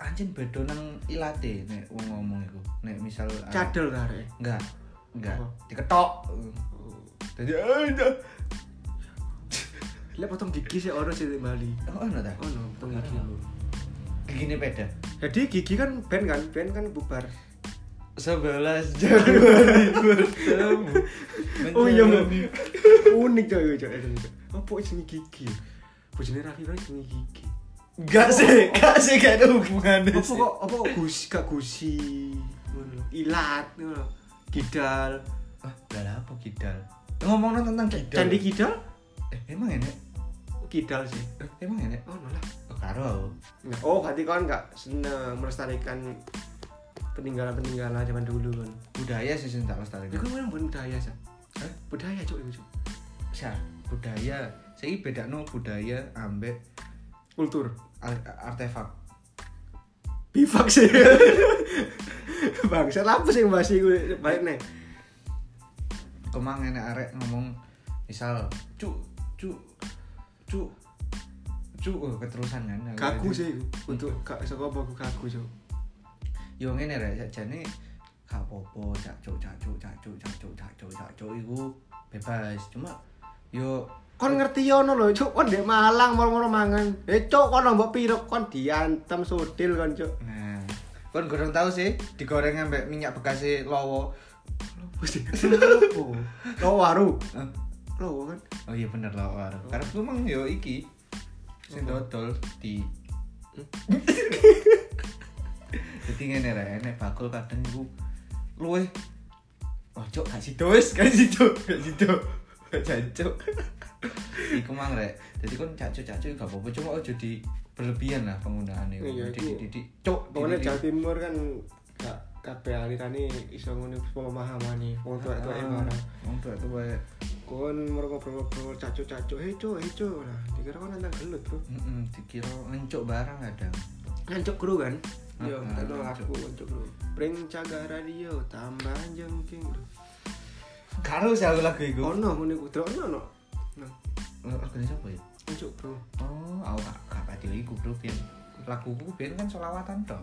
anjing bedo nang ilate nek wong ngomong iku. Nek misal ah, cadel kare enggak enggak Apa? diketok. Jadi eh enggak. Lah potong gigi sih orang sih di Bali. Oh, ono ta? Oh no, potong gigi lu. Gigine beda. Jadi gigi kan band kan, band kan bubar. 11 Januari bertemu. Oh iya, Mbak. menjalani- unik iya, coy coy itu itu. Apa isinya gigi? Bojone Raffi kan isinya gigi. Enggak sih, enggak sih gak ada hubungannya Apa sih. kok apa kok gusi kak gusi? ngono lho. Ilat ngono. lho. Kidal. Ah, gak ada apa kidal. Ngomongin tentang kidal. Candi kidal? Eh, emang enek. Kidal sih. Eh, Emang enek. Oh no lah. Oh, karo aku. Nggak. Oh, berarti kan nggak seneng melestarikan peninggalan-peninggalan zaman dulu kan. budaya sih sing tak lestari. Ya kan orang budaya sih. Hah? Budaya coy itu. Cok. Sya, budaya. Saya bedakno budaya ambek Kultur. ar- artefak. bivak sih bangsa apa sih bahas gue balik nih Kemang enek arek ngomong misal cu cu cu cu oh, keterusan kan. kaku sih untuk kak sekolah aku kaku sih Yo ngene rek sakjane gak apa-apa cak cuk cak cuk cak cuk cak cuk cak cuk cak cuk iku bebas. Cuma yo kon ngerti ya no loh cok kon di Malang mau mau mangan eh cok kon nambah pirok kon diantem sodil kon cok nah kon goreng tahu sih digoreng ambek minyak bekasi lowo. Apa sih? Apa? lo waru Hah? lo kan Oh iya bener lah war. Karena gue emang yo iki sing dodol di Hmm? Jadi ngene ra enek bakul kadang iku luwe ojo gak sido wis gak sido gak sido gak jancuk. Iku mang rek. Jadi kon cacuk-cacuk gak apa-apa cuma ojo di berlebihan lah penggunaannya. Iya, Di iku. di di cuk. pokoknya dididik. Jawa Timur kan gak kabeh alirannya iso ngono pemahaman nih wong tua tua Ah, barang Wong tua tua. kon mau ngobrol-ngobrol cacu-cacu hei cok hei cok nah dikira kon nantang gelut bro Heeh, dikira ngencuk barang kadang. Ngancuk kru kan? Ah, Yo, ah, tak tahu ngancuk. aku ngancuk kru. Pring cagar radio tambah jengking. Karo sih aku lagu iku. Ono ngene ku drono no. Nah, Oh, Lagu siapa ya? ngancuk kru. Oh, aku gak gak pati iku bro ben. Laguku ben kan selawatan tok.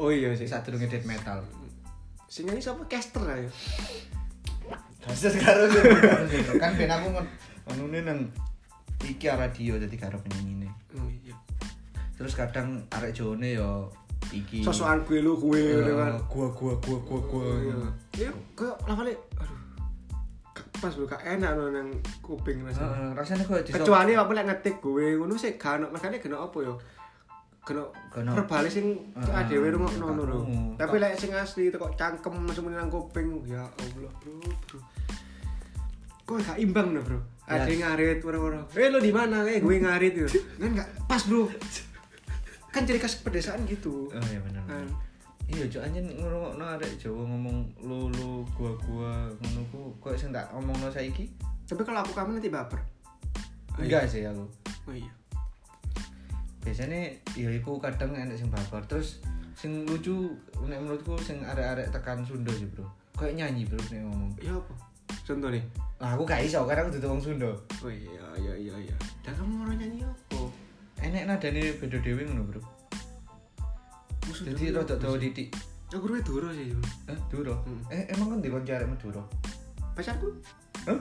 Oh iya Sik sadurunge death metal. Sing nyanyi sapa caster ayo. Kasus karo kan ben aku ngon- ngonune nang iki radio jadi karo penyingine. Oh iya. Terus kadang arek jone yo iki. Sosokan gue lu gue Eh, ngono kan. gua gua gua gua gua. Iya. Iya, koyo lawane aduh. Gak Pas lu gak enak no nang kuping rasanya. Heeh, rasane koyo diso- Kecuali apa lek ngetik gue ngono sik gak ono. Makane kena apa ya? yo? Kena Kena- verbal sing Heeh, adewe rungokno gak ngono lho. krungu. Tapi lek sing asli teko cangkem langsung menang kuping ya Allah, Bro, Bro. Kok gak imbang no, Bro? Ya. Ada yang ngarit orang-orang. Eh lo di mana? Eh gue ngarit yo. Kan gak pas, Bro. Kan ciri khas pedesaan gitu. Oh iya bener. Kan. Iya, cok anjen ngrungokno arek Jawa ngomong lu lu gua gua ngono ku koyo sing tak omongno saiki. Tapi kalau aku kamu nanti baper. Iya. Enggak sih aku. Oh iya. biasanya ya iku kadang enek sing baper terus sing lucu nek menurutku sing arek-arek tekan Sunda sih bro kayak nyanyi bro nek ngomong Ya apa? Contoh nih. lah aku gak iso karena aku dudu wong Sunda Oh iya, iya, iya, iya. Dan kamu orang nyanyi apa? enek nadane beda dhewe ngono bro Musuh jadi dulu. rada dawa titik Aku gue duro sih. Bro. eh Duro Hmm. eh emang kan di konco arek Madura Pacarku? Hah?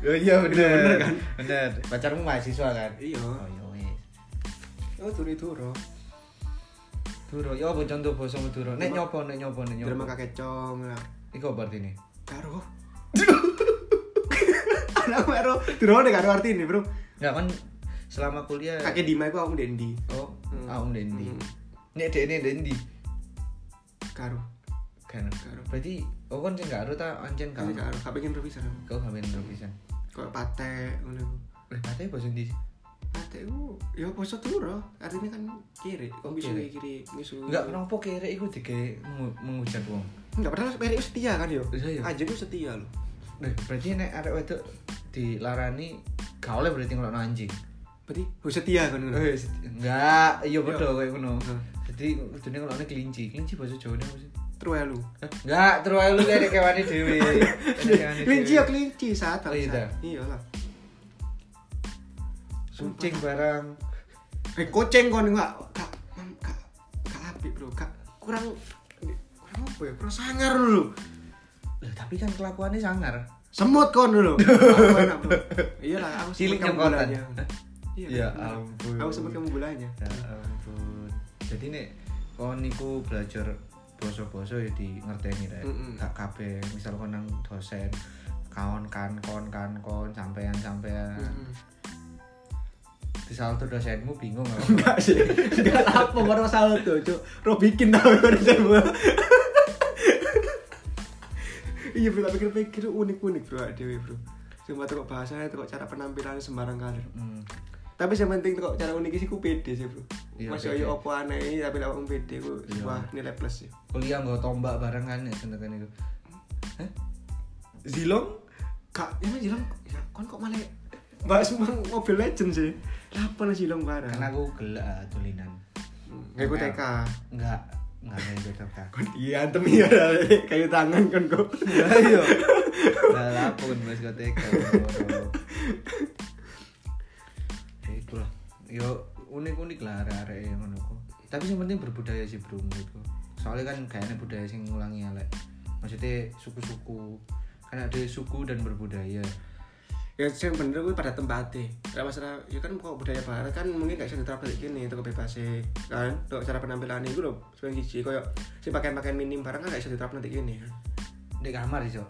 Oh iya bener Bener kan? Bener Pacarmu mahasiswa kan? Iya. Oh iya wis Oh, duri duro. Duro, ya apa contoh basa Madura? Nek Drama- nyoba, nek nyoba, nek nyoba Drama kakek cong lah. Iku apa artine? Karo. Anak karo. Duro deh karo arti ini, Bro. Enggak kan selama kuliah Kakek Dima iku aku Dendi. Oh, Hmm. ah, Om Eh. Dendi. Hmm. Nek dekne Dendi. Karo. Kan. Karo. Berarti oh kan sing gak aru ta anjen gak. Karo karo. Gak pengen revisan aku. Kau gamen ro pisan. Kok pate ngono iku. Eh, katanya basa ndi? sih? Pate iku ya poso duro. Artinya kan kiri, Oh, kok misu kiri. kiri, misu. Enggak kenapa kere iku dike menghujat wong. Enggak padahal Peri itu setia kan yo. Iya, iya. Anjir itu setia loh. Nah, berarti nek arek wedok dilarani gak oleh berarti ngelokno anjing. Berarti oh, setia kan ngono. Eh, sedi- enggak, iya bodoh kayak ngono. Heeh. Jadi kudune ngelokno kelinci. Kelinci basa Jawane apa sih? Truelu. Eh, Enggak, terus ae lu kayak kewani dhewe. Kayak kewani Kelinci dhewe. ya kelinci saat Iya, Oh, iya, dah. Iya lah. Sucing barang. Eh kucing kon enggak. Kak, tapi bro kak kurang kurang apa ya kurang sangar dulu Loh, tapi kan kelakuannya sangar semut kon dulu aku enak bro iyalah aku Cilik semut kamu nyokotan. bolanya Ya bener. ampun. aku semut kamu bolanya ya ampun jadi nih kon niku belajar boso-boso ya di ngerteni rek Mm-mm. gak kabeh misal kon nang dosen kawan kan kon kan kon sampean sampean Mm-mm. di salto dosenmu bingung apa? enggak sih enggak apa orang salah tuh cok Robikin tau barusan gua iya bro tak pikir-pikir unik-unik bro awak dewe bro cuma tuh bahasanya tuh cara penampilannya sembarang kali Hmm. tapi yang penting kok cara unik sih ku pede sih bro Iya, masih pede. oyo opo aneh tapi lawak ku pede ku Iya. wah nilai plus sih kuliah nggak tombak bareng kan ya sentuhan itu Hah? zilong kak emang jilang ya kon kok malah bahas semua mobil legend sih apa nasi jilang barang karena aku gelak ah, tulinan nggak ikut TK nggak nggak main better kan kon iya antem iya Rale. kayu tangan kon kok ayo nggak lapun mas kau TK ya itulah yo unik unik lah area area yang menurutku tapi yang penting berbudaya sih bro menurutku soalnya kan kayaknya budaya sing ngulangi elek maksudnya suku-suku kan ada suku dan berbudaya ya sih yang bener gue pada tempatnya Lah masalah ya kan kok budaya barat kan mungkin gak bisa diterapkan kayak gini itu kebebasan kan tuh cara penampilan itu loh sebagai gizi kayak si pakaian-pakaian minim barang kan gak bisa diterapkan kayak gini kan di kamar iso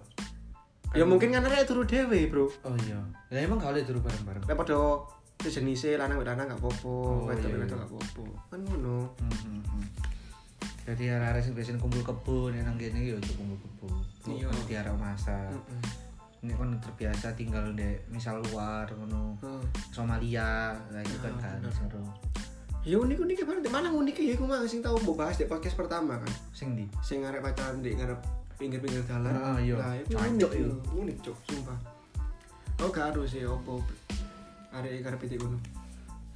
ya mungkin kan ada turu dewe bro oh iya ya emang kalau itu bareng-bareng lah podo sejenisnya lanang lanang gak Oh, popo wedok iya, wedok gak popo kan ngono Mhm, mhm. Jadi arah-arah sing biasanya kumpul kebun, yang gini ya untuk kumpul kebun. Iya. Bukan di arah masa. Mm-mm. Ini kan terbiasa tinggal di misal luar, ngono Hmm. Somalia, lah itu kan Ah, kan bener. seru. ya unik unik banget malah unik ya aku mah sing tau mbok bahas di podcast pertama kan Sing di. sing ngarep pacaran di ngarep pinggir-pinggir dalan. Ah, iya. Nah, itu Cocok, unik iya. yo. Unik cok, sumpah. Oh, gak harus sih opo arek iki karep ngono.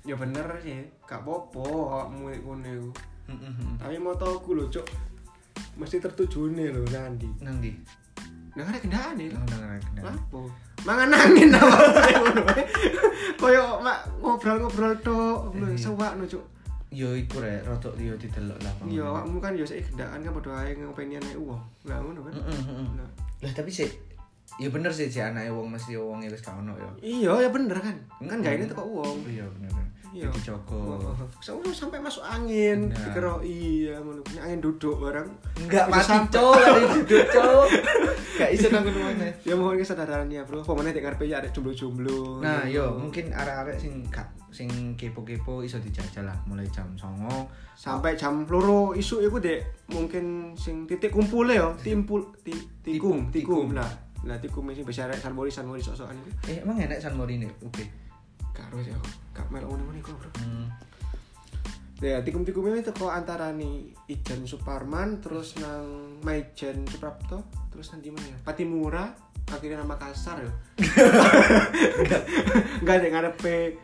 Ya bener sih, gak popo awakmu nek ngono iku. Hmm. Tapi motoku lho cok. Mesti tertujune lho nanti. Nang di. Nah, ada kendaan ya. Nang nang nang. nang. Lapo? Mangan angin apa ngono. Koyo mak ngobrol-ngobrol tok, ngono Iya. sewak no cok. Yo iku rek, rotok yo didelok lah. Iya, bangunan. awakmu kan yo sik kendaan kan padha ae ngopeni anak uang. Lah ngono kan. Mhm, mhm. Nah, Lah tapi sih Ya bener sih, si anaknya wong mesti wong wis gak ono yo. Iya ya bener kan. Kan Mm. gak ini tuh kok uang. Iya bener. bener. Iya. Jadi Joko. Soalnya sampai masuk angin, Nah. dikeroi ya ngono. Kena angin duduk barang. Enggak Bisa mati sampai. cowok, ada judul cowok. Gak iso nang ngono Ya mohon kesadarannya, Bro. Pemane nek ngarepe ya ada jomblo-jomblo. Nah, ngono. yo mungkin arek-arek sing gak sing kepo-kepo iso dijajal lah mulai jam 09.00 sampai jam loro isu iku Dek. Mungkin sing titik kumpul ya, Iya. timpul ti, tikum, Tikum. tikum. Nah, lah tikum sing bisa arek sanbori sanbori sok-sokan iku. Eh, emang enak San Morine. Oke. Gak harus ya. Gak melok ngono-ngono iku, Bro. Hmm. Ya, tikum-tikumnya itu kok antara nih Ijen Suparman, terus nang Maijen Suprapto, terus nanti mana ya? Patimura, akhirnya nama kasar ya. Enggak ada ngarepe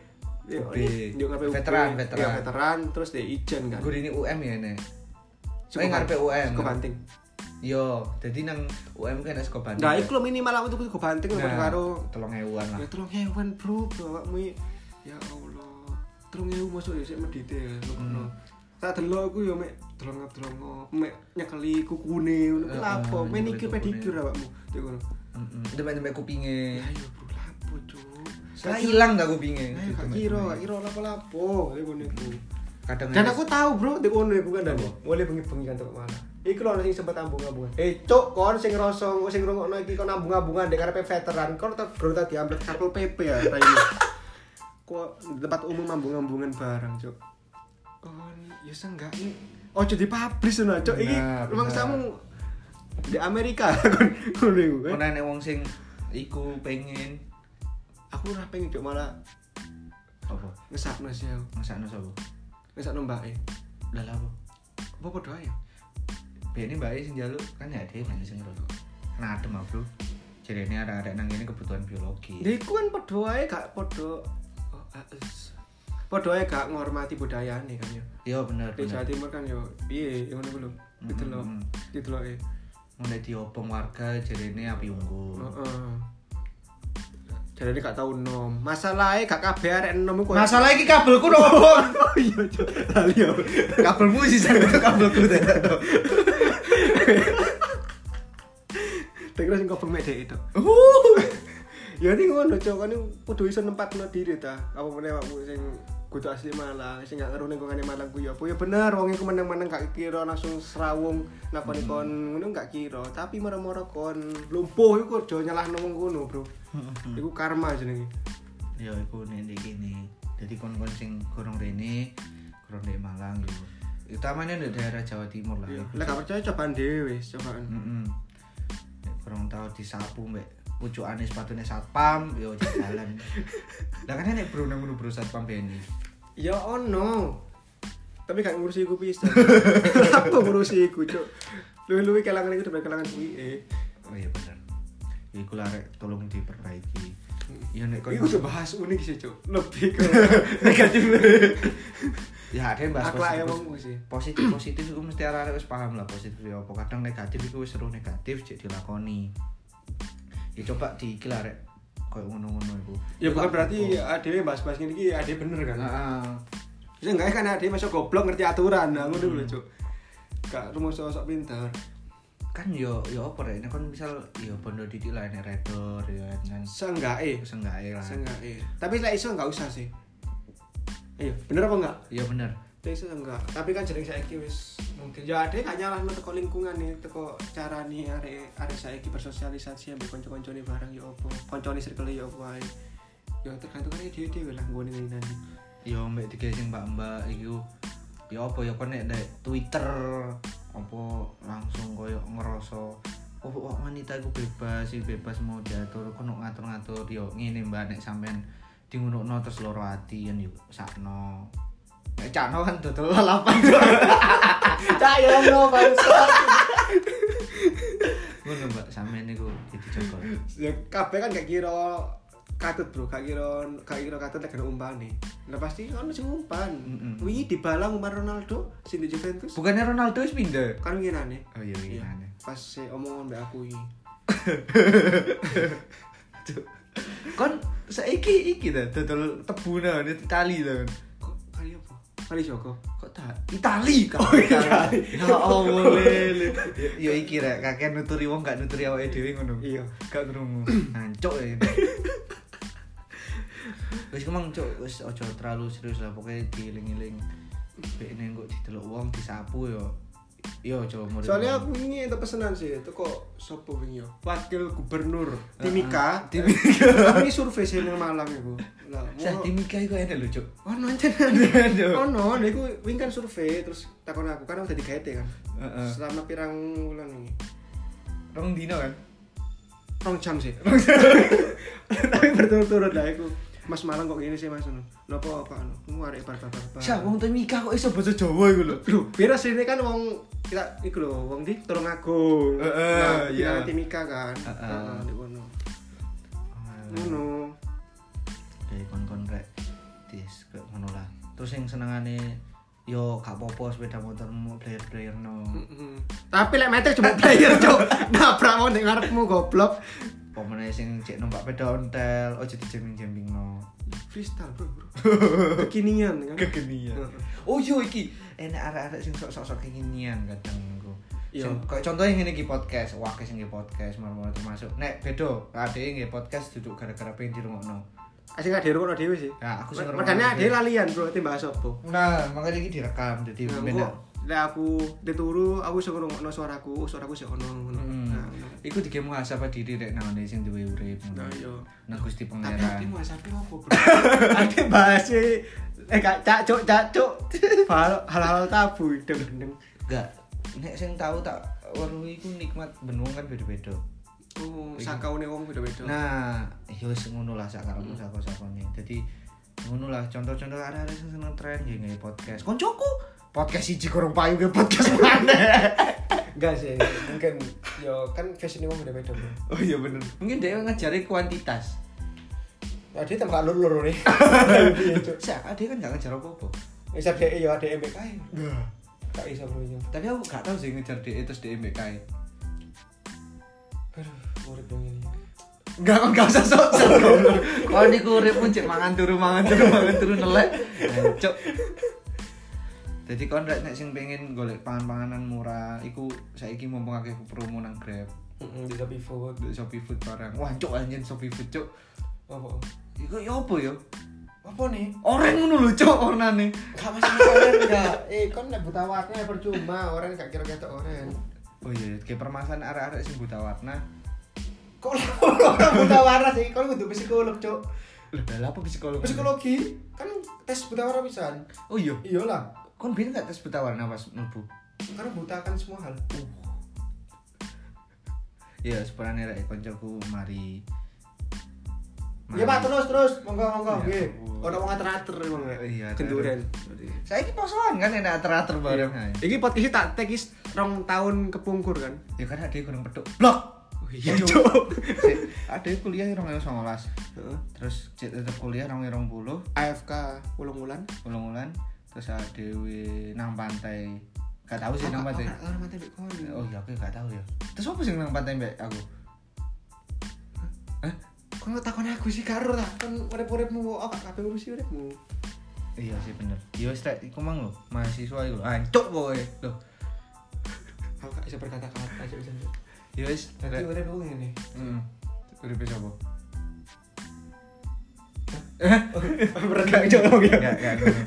ya, UB. ini, dia ngarepe UB. Veteran, veteran. Ya, veteran, terus dia Ijen kan. Gurine UM ya nek. Suka Eh, ngarepe UM. Suka banting. Yo, Iya, jadi nang UM kan enak sekolah Nah, itu lo minimal aku tuh suka banting nah. karo. tolong ewan lah. Ya tolong hewan, Bro, bawakmu. Ya Allah. Tolong hewan masuk ya sik medite ya. ngono. Tak delok aku ya mek delong-delongo, mek nyekeli kukune ngono Eh, ku lapo, eh, manicure nyekeli pedicure awakmu. Cuk ngono. Hmm. Heeh. Demek-demek kupinge. Ya yo bro lapo, Cuk. Lah hilang gak kupinge. Ayo gak Demek-demek. Eh, kira, gak kira lapo-lapo Kayak ngono iku. Kadang Dan enak- aku tahu bro, di kono iku kan dan Apa? mulai bengi-bengi kan tok mana. Iku lho ana sing sempat ambung-ambungan. Eh, cuk, kon sing ngrasa sing ngrungokno iki kon ambung-ambungan dek karepe veteran, kon tak bro tak diambil Satpol PP ya ta ini. Kok tempat umum ambung-ambungan barang, cuk. Kon ya senggakne ojo dipublish ngono, nah, cuk. Iki Benar, rumah benar. kamu di Amerika kon ngono iku kan. Ono enek wong sing iku pengen Aku ora pengen cuk malah apa? ngesapno sih aku. Masakno sapa? Ngesapno mbake. Lah lah apa? Apa padha ae? Biar ini baik sing jaluk kan ya dia banyak sing ngerokok. Nah adem ah bro. Jadi ini ada ada nang ini kebutuhan biologi. Dia iku kan padha ae gak padha oh, ah, es. padha ae gak ngormati budayane kan ya. Iya bener Di Jawa bener. Timur kan yo piye ya ngono ku lho. Ditelok, Mm, mm, diteloke. Mulai diopong warga jadi ini api unggul. Heeh. Jadi gak tau nom. Masalahnya gak kabeh arek nom iku. koyo- Masalah iki kabelku nopo? Oh iya, Cuk. Lali aku. kabelmu sih sampe kabelku tidak tahu. Tak kira sing kobong mek dek itu. Uh. Ya ini ngono Cuk, kan ini kudu iso nempatno diri ta. Apa meneh awakmu sing kudu asli Malang, sing gak ngeruh lingkungane Malang ku ya. apa? Ya bener wong iku meneng-meneng gak kira langsung serawung nakoni kon ngono gak kira, tapi moro-moro kon lumpuh iku aja nyalahno wong kono, Bro. Iku karma jenenge. Ya iku nek ndek kene. Dadi kon-kon sing gorong rene, gorong ndek Malang yo. Utamanya di daerah Jawa Timur lah. Iya. Hmm. Lek gak percaya cobaan dhewe wis, cobaan. Heeh. Kurang tahu disapu mbek pucukane sepatune satpam yo jalan. Lah kan nek bro nang ngono bro satpam beni. Ya ono. Tapi gak ngurusi iku pisan. Apa ngurusi iku, Cuk? Luwi-luwi kalangan iku daripada kalangan kuwi. eh. Oh iya bener. Iku larek tolong diperbaiki. Ya nek kon Iku udah bahas unik sih, Cuk. Lebih ke negatif. ya ada yang bahas akhlak ya positif. wong sih. positif positif itu mesti arek wis paham lah positif ya apa kadang negatif itu wis seru negatif jadi dilakoni ya coba diiki lah rek koyo ngono-ngono iku Ya bukan berarti adewe bahas-bahas ngene iki ade bener kan. heeh Ya enggak kan ade masuk goblok ngerti aturan. Nah, ngono lho, Cuk. Gak rumus sok pinter. kan yo yo apa rek nek kon misal yo bondo didik lah nek redor ya kan Seenggake, senggake lah seenggake. Tapi lek iso enggak usah sih. Ayo, bener apa enggak? ya bener Lek iso enggak. Tapi kan jeneng saiki wis mungkin ya ade gak nyalahno teko lingkungan nih, teko carane arek arek saiki bersosialisasi ambek kanca-kancane bareng ya opo, kancane circle ya opo ae. Ya tergantung kan dhewe-dhewe lah nggone ngene yo mbek digawe sing mbak-mbak iku yo apa yo kon nek ndek Twitter apa langsung koyo ngerasa oh wah, wanita iku bebas sih bebas mau diatur kono ngatur-ngatur yo ngene mbak nek sampean dingunukno terus loro ati yen yo sakno nek cakno kan dodol lalapan Cak ya no bangsa. ngono mbak sampean niku jadi joko Ya kabeh kan gak kira katut bro, gak kira gak kira katut lek kena umpan nih. Nah pasti kan sing umpan. Mm-mm. Wi dibala umpan Ronaldo sing di Juventus. bukannya Ronaldo wis pindah Kan ngene oh iya iya Pas si omongan mbak aku iki. kon saiki iki ta dodol tebu nang Itali ta Kok kali apa? Kali Joko. kok tak Itali kan Oh, Itali. ya Allah lele ya iki rek kakek nuturi wong gak nuturi awake dhewe ngono Iya. gak krungu ancuk ya wis kemang cuk wis aja terlalu serius lah pokoknya dieling-eling bekne kok didelok wong disapu yo yo aja murid Soalnya aku ini ada pesanan sih, itu kok sopo wingi yo? Wakil Gubernur Ah, Timika. Timika. Kami survei sih nang Malang iku. Lah, oh. Sah mau- timika iku enak lho cuk Ono anjen. Aduh. Ono, nek iku wing kan survei terus takon aku kan udah digaete kan. Heeh. Selama pirang wulan ini. rong dino kan Rong jam sih. Tapi berturut-turut lah iku. Mas Malang kok gini sih Mas ono. Napa apa anu? Ku arek barbar-barbar. Sah wong timika kok iso basa Jawa iku lho Lho, pira sih ini kan wong kita iku lho, wong di Tulungagung. Heeh, Nah, iya. pinangan Timika kan. Heeh. Heeh, di kono. Ah. Ngono. dari kon-kon rek dis kayak ngono lah terus yang senengane yo gak apa-apa sepeda motormu player player no Mm-mm. Tapi lek meter cuma player, Cuk. Nabrak mau ning ngarepmu goblok. pemenang sing cek numpak peda ontel ojo dijeming jeming no Freestyle, Bro. bro. Kekinian kan. kegenian oh yo iki enak arek-arek sing sok-sok kegenian kadang iku Iya. Sing- kayak contohnya ngene iki podcast wah sing nggih podcast marmar termasuk nek bedo ade nggih podcast duduk gara-gara pengen dirungokno Asing gak dirungokno dhewe sih. Nah, aku sing ngerungokno Makanya dhewe. dhewe lalian, Bro, tim bahas opo. nah makanya iki direkam jadi Nah, beda engko Lek aku dituru, aku sing ngrungokno suaraku, oh, suaraku sik ono ngono. Hmm. Nah, Iku di game muhasabah diri rek nang sing duwe urip. Nah, iya. Nang Gusti Tapi Pangeran. mau sampai apa bro? Ada bahas eh kak cacuk cacuk hal-hal tabu deng deng. Enggak. Nek sing tahu tak weruhi iku nikmat benung kan beda-beda. Oh, sakaune wong beda-beda. Nah, ya wis ngono lah sak karepmu sak sakone. Dadi ngono lah contoh-contoh arek-arek sing seneng tren ya nge podcast. Koncoku podcast siji kurang payu ge podcast mana? enggak sih, mungkin yo kan fashion wong beda-beda bro. oh iya bener. Mungkin dia ngajari kuantitas. Nah, dia tambah lur lur nih. Sak dia kan gak ngejar apa-apa. Bisa dia yo ada MBK. Enggak. Gak bisa bro yo. Tapi aku gak tau sih ngejar dia terus dia MBK. Aduh, urip yang ini. Enggak kok enggak usah sok sok. Oh, iya. Kalau niku uripmu cek mangan turu mangan turu mangan turu nelek. Cuk. Jadi kon rek nek sing pengen golek pangan-panganan murah iku saiki mumpung akeh promo nang Grab, bisa pivot di Shopee Food barang. Wah, cuk anjen Shopee Food cuk. apa oh? Iku ya apa ya? apa nih Oren ngono lho cuk warnane. gak masih orang gak eh kon nek buta warna percuma orang gak kira kata orang Oh iya, kayak permasalahan arek-arek sing buta warna. kok orang buta warna sih kon kudu psikolog cok Lah apa psikolog? psikologi kan tes buta warna pisan Oh iya, iyalah kon biyen gak tes buta warna pas mlebu. karena buta kan semua hal Ya, sepurane rek koncoku mari. Iya, ya pak terus terus monggo Ya, monggo nggih ampun. ono wong ater-ater wong Iya, ater-ater. kenduren Saya ini posoan kan enak teratur bareng. Nah, iya. aja. Iya. Iki podcast tak tekis rong tahun kepungkur kan. Ya kan ada kurang pedok. Blok. Oh iya, Cuk. Sik, Ada kuliah yang orang songolas. Terus cek tetep kuliah orang orang bulu, AFK ulung wulan. ulang-ulang. Terus ada we nang pantai. Gak tahu sih nang pantai. Orang mati mbek kon. Oh iya, aku gak tahu ya. Terus apa sih nang pantai mbak aku? Hah? Kon nggak takon aku sih karo ta. Kon urip-uripmu kok gak kabeh urusi uripmu. Iya sih bener. Iya wis rek, iku mang lho, mahasiswa iku lho. Ancuk pokoke. Lho, Aku gak bisa berkata-kata aja bisa. iya wis Dadi rek. urip aku ngene. Heeh. Uripe sapa? Oh, iya. Berat gak jawab ya. Enggak, enggak ngono.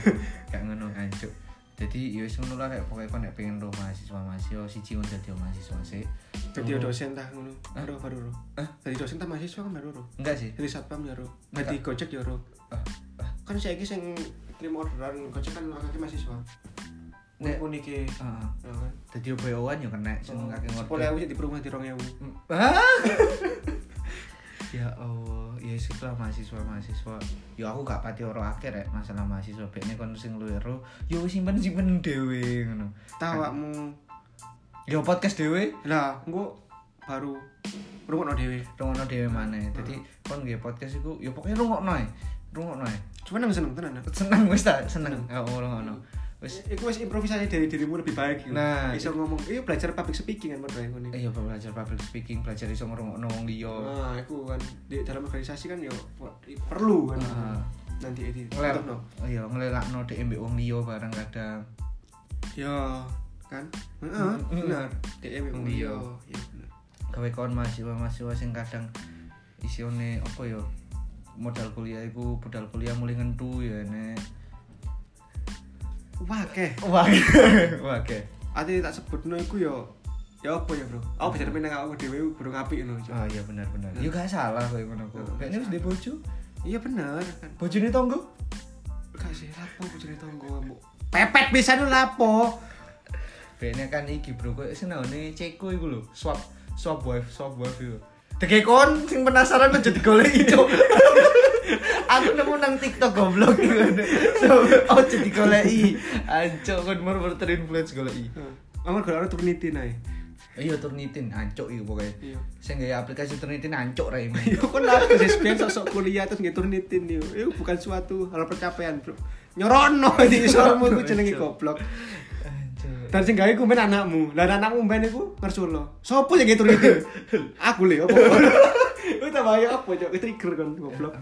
Enggak ngono ancuk. Jadi ya wis ngono lah rek pokoke kon nek pengen ro mahasiswa mahasiswa siji kon dadi mahasiswa sih. Dadi dosen tah ngono. Baru baru. ro. Dadi dosen tah mahasiswa kan baru. ro. Enggak sih. Dadi satpam ya ro. Dadi Gojek ya ro. Ah, ah. Kan saiki sing terima orderan Gojek kan akeh mahasiswa. Nek- Nek unike. Heeh. Ya kan. Dadi opo-opan yo kena sing kake Oh, Sepuluh ngorek. ewu jadi perumah di rong ewu. Hah? ya Allah, ya wis itulah mahasiswa mahasiswa. Yo aku gak pati ora akeh rek masalah mahasiswa bekne kon sing luwih ya ro. Yo simpen-simpen dhewe ngono. Tawakmu. Yo podcast dhewe Lah, engko baru rungokno dhewe. rungokno dhewe maneh. Dadi kon nggih podcast iku yo pokoke rungokno ae. Rungokno ae. Cuman nang seneng tenan. Nak. Seneng wis ta, seneng. Ya Allah rungokno. Wis Wis iku wis improvisasi dari dirimu lebih baik gitu. Nah. iso ngomong, "Iya belajar public speaking kan model ngene." eh yo belajar public speaking, belajar iso ngrungokno wong liya. Nah, iku kan di dalam organisasi kan yo perlu kan. Ah. Nanti ini. Ngeler, Tetep, no. iya ngelelakno dhek mbek wong liya bareng kadang. Ya, kan? Heeh, Mm, benar. DM yang Mm, iya. iya. Ya benar. gawe kon mahasiswa mahasiswa sing kadang isine apa ya modal kuliah iku budal kuliah mulai ngentu ya nek Wah, keh. wah wah oke Ate tak sebutno iku yo ya apa ya, Bro? Aku belajar menang aku dhewe burung apik ngono. Cok. oh iya benar benar ya gak salah kowe ngono ku Heeh, kayaknya wis di bojo Iya bener kan. bojone tonggo Gak sih, lapo bojone tonggo mbok. Pepet bisa lu lapo. kayaknya kan iki bro kowe senaune ceko iku lho swap swap wife swap wife iku Teke kon sing penasaran aja digolek itu. Aku nemu nang TikTok goblok ngono. So, oh jadi goleki. Ancuk kon mur-mur terinfluence goleki. Amar gak ono turniti nae. Iya Turnitin ancuk iku pokoke. Iya. Sing gawe aplikasi Turnitin ancuk ra ini. Yo kon Iya, lapo sih sepian sosok kuliah terus nggih turnitin yo. Iku bukan suatu hal pencapaian, Bro. Nyorono iki sormu iku jenenge goblok. Ancuk. Dan sing gawe ku men anakmu. Lah anakmu men iku ngersulo. Sopo sing nggih turnitin? Aku le opo. Iku tak bayo apa cok, trigger kon goblok.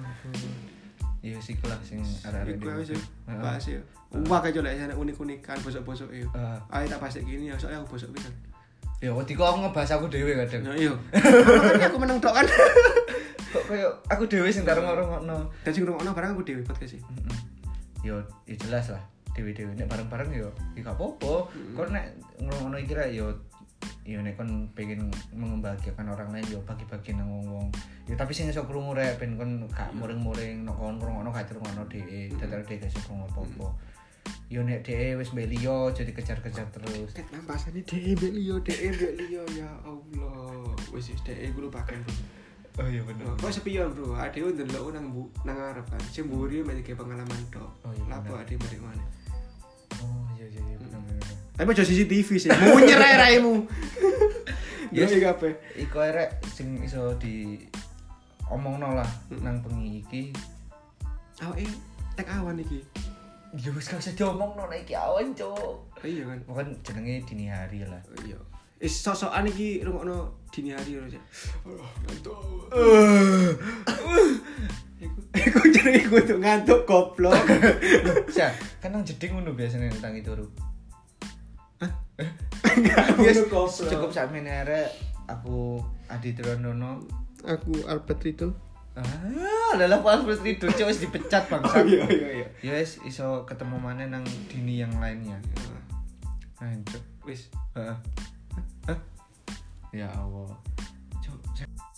Iya sik lah sing arek-arek. Iku wis di- yo. Heeh. Bahas yo. Wah kayak lek jane unik-unikan bosok-bosok yo. Heeh. Ayo tak pasti gini ya, soalnya aku bosok pisan. Ya Eh, wedi kok aku ngebahas aku dhewe kadang. Ya iya. Kan aku menang tok kan. Kok koyo aku dhewe sing karo ngorongno. Dan sing ngrungokno barang aku dhewe podcast e. sih. Heeh. Yo ya jelas lah. Dewe-dewe nek bareng-bareng yo ya gak apa-apa. Kon nek ngorongno iki ra yo Ya nek kon pengen membahagiakan orang lain yo bagi-bagi nang wong-wong. Ya tapi sing iso krungu rek ben kon gak muring-muring nek kon krungono gak krungono dhewe, dadar dhewe gak iso krungu apa-apa. Yo nek dhewe wis mbeliyo jadi kejar-kejar terus. Ket nampasane DE mbek liyo, DE mbek liyo ya Allah. Wis wis DE ku lupakan. Oh iya Kok sepion, Bro. Ade ndelok nang bu, nang arep kan. Sing mburi mek iki pengalaman tok. Oh, iya, Lapo bener. ade mbek mana? Oh iya iya iya bener bener. bener. Tapi aja CCTV sih. Munyer ae raimu. Ya Yes. sing kabeh. Iku ae rek sing iso di omongno lah nang bengi iki. Awake tek awan iki. Ya wis gak usah diomongno nek iki awan, Cuk. Oh, Iya kan. Bukan jenenge dini hari lah. Oh, Iya. Is sosokan iki rungokno dini hari Uh. harusnya aduh ngantuk aku Iku jenenge kudu ngantuk goblok. Sya, kan nang jeding ngono biasane nang tangi turu. Enggak, Yes, cukup sak menere aku Adi Tronono. aku Albert itu Ah, adalah Alfred Rido cuk wis dipecat bangsa. iya Ya wis iso ketemu maneh nang dini yang lainnya. Nah, Hancur. wis Heeh. Hah? Ya Allah. Cuk,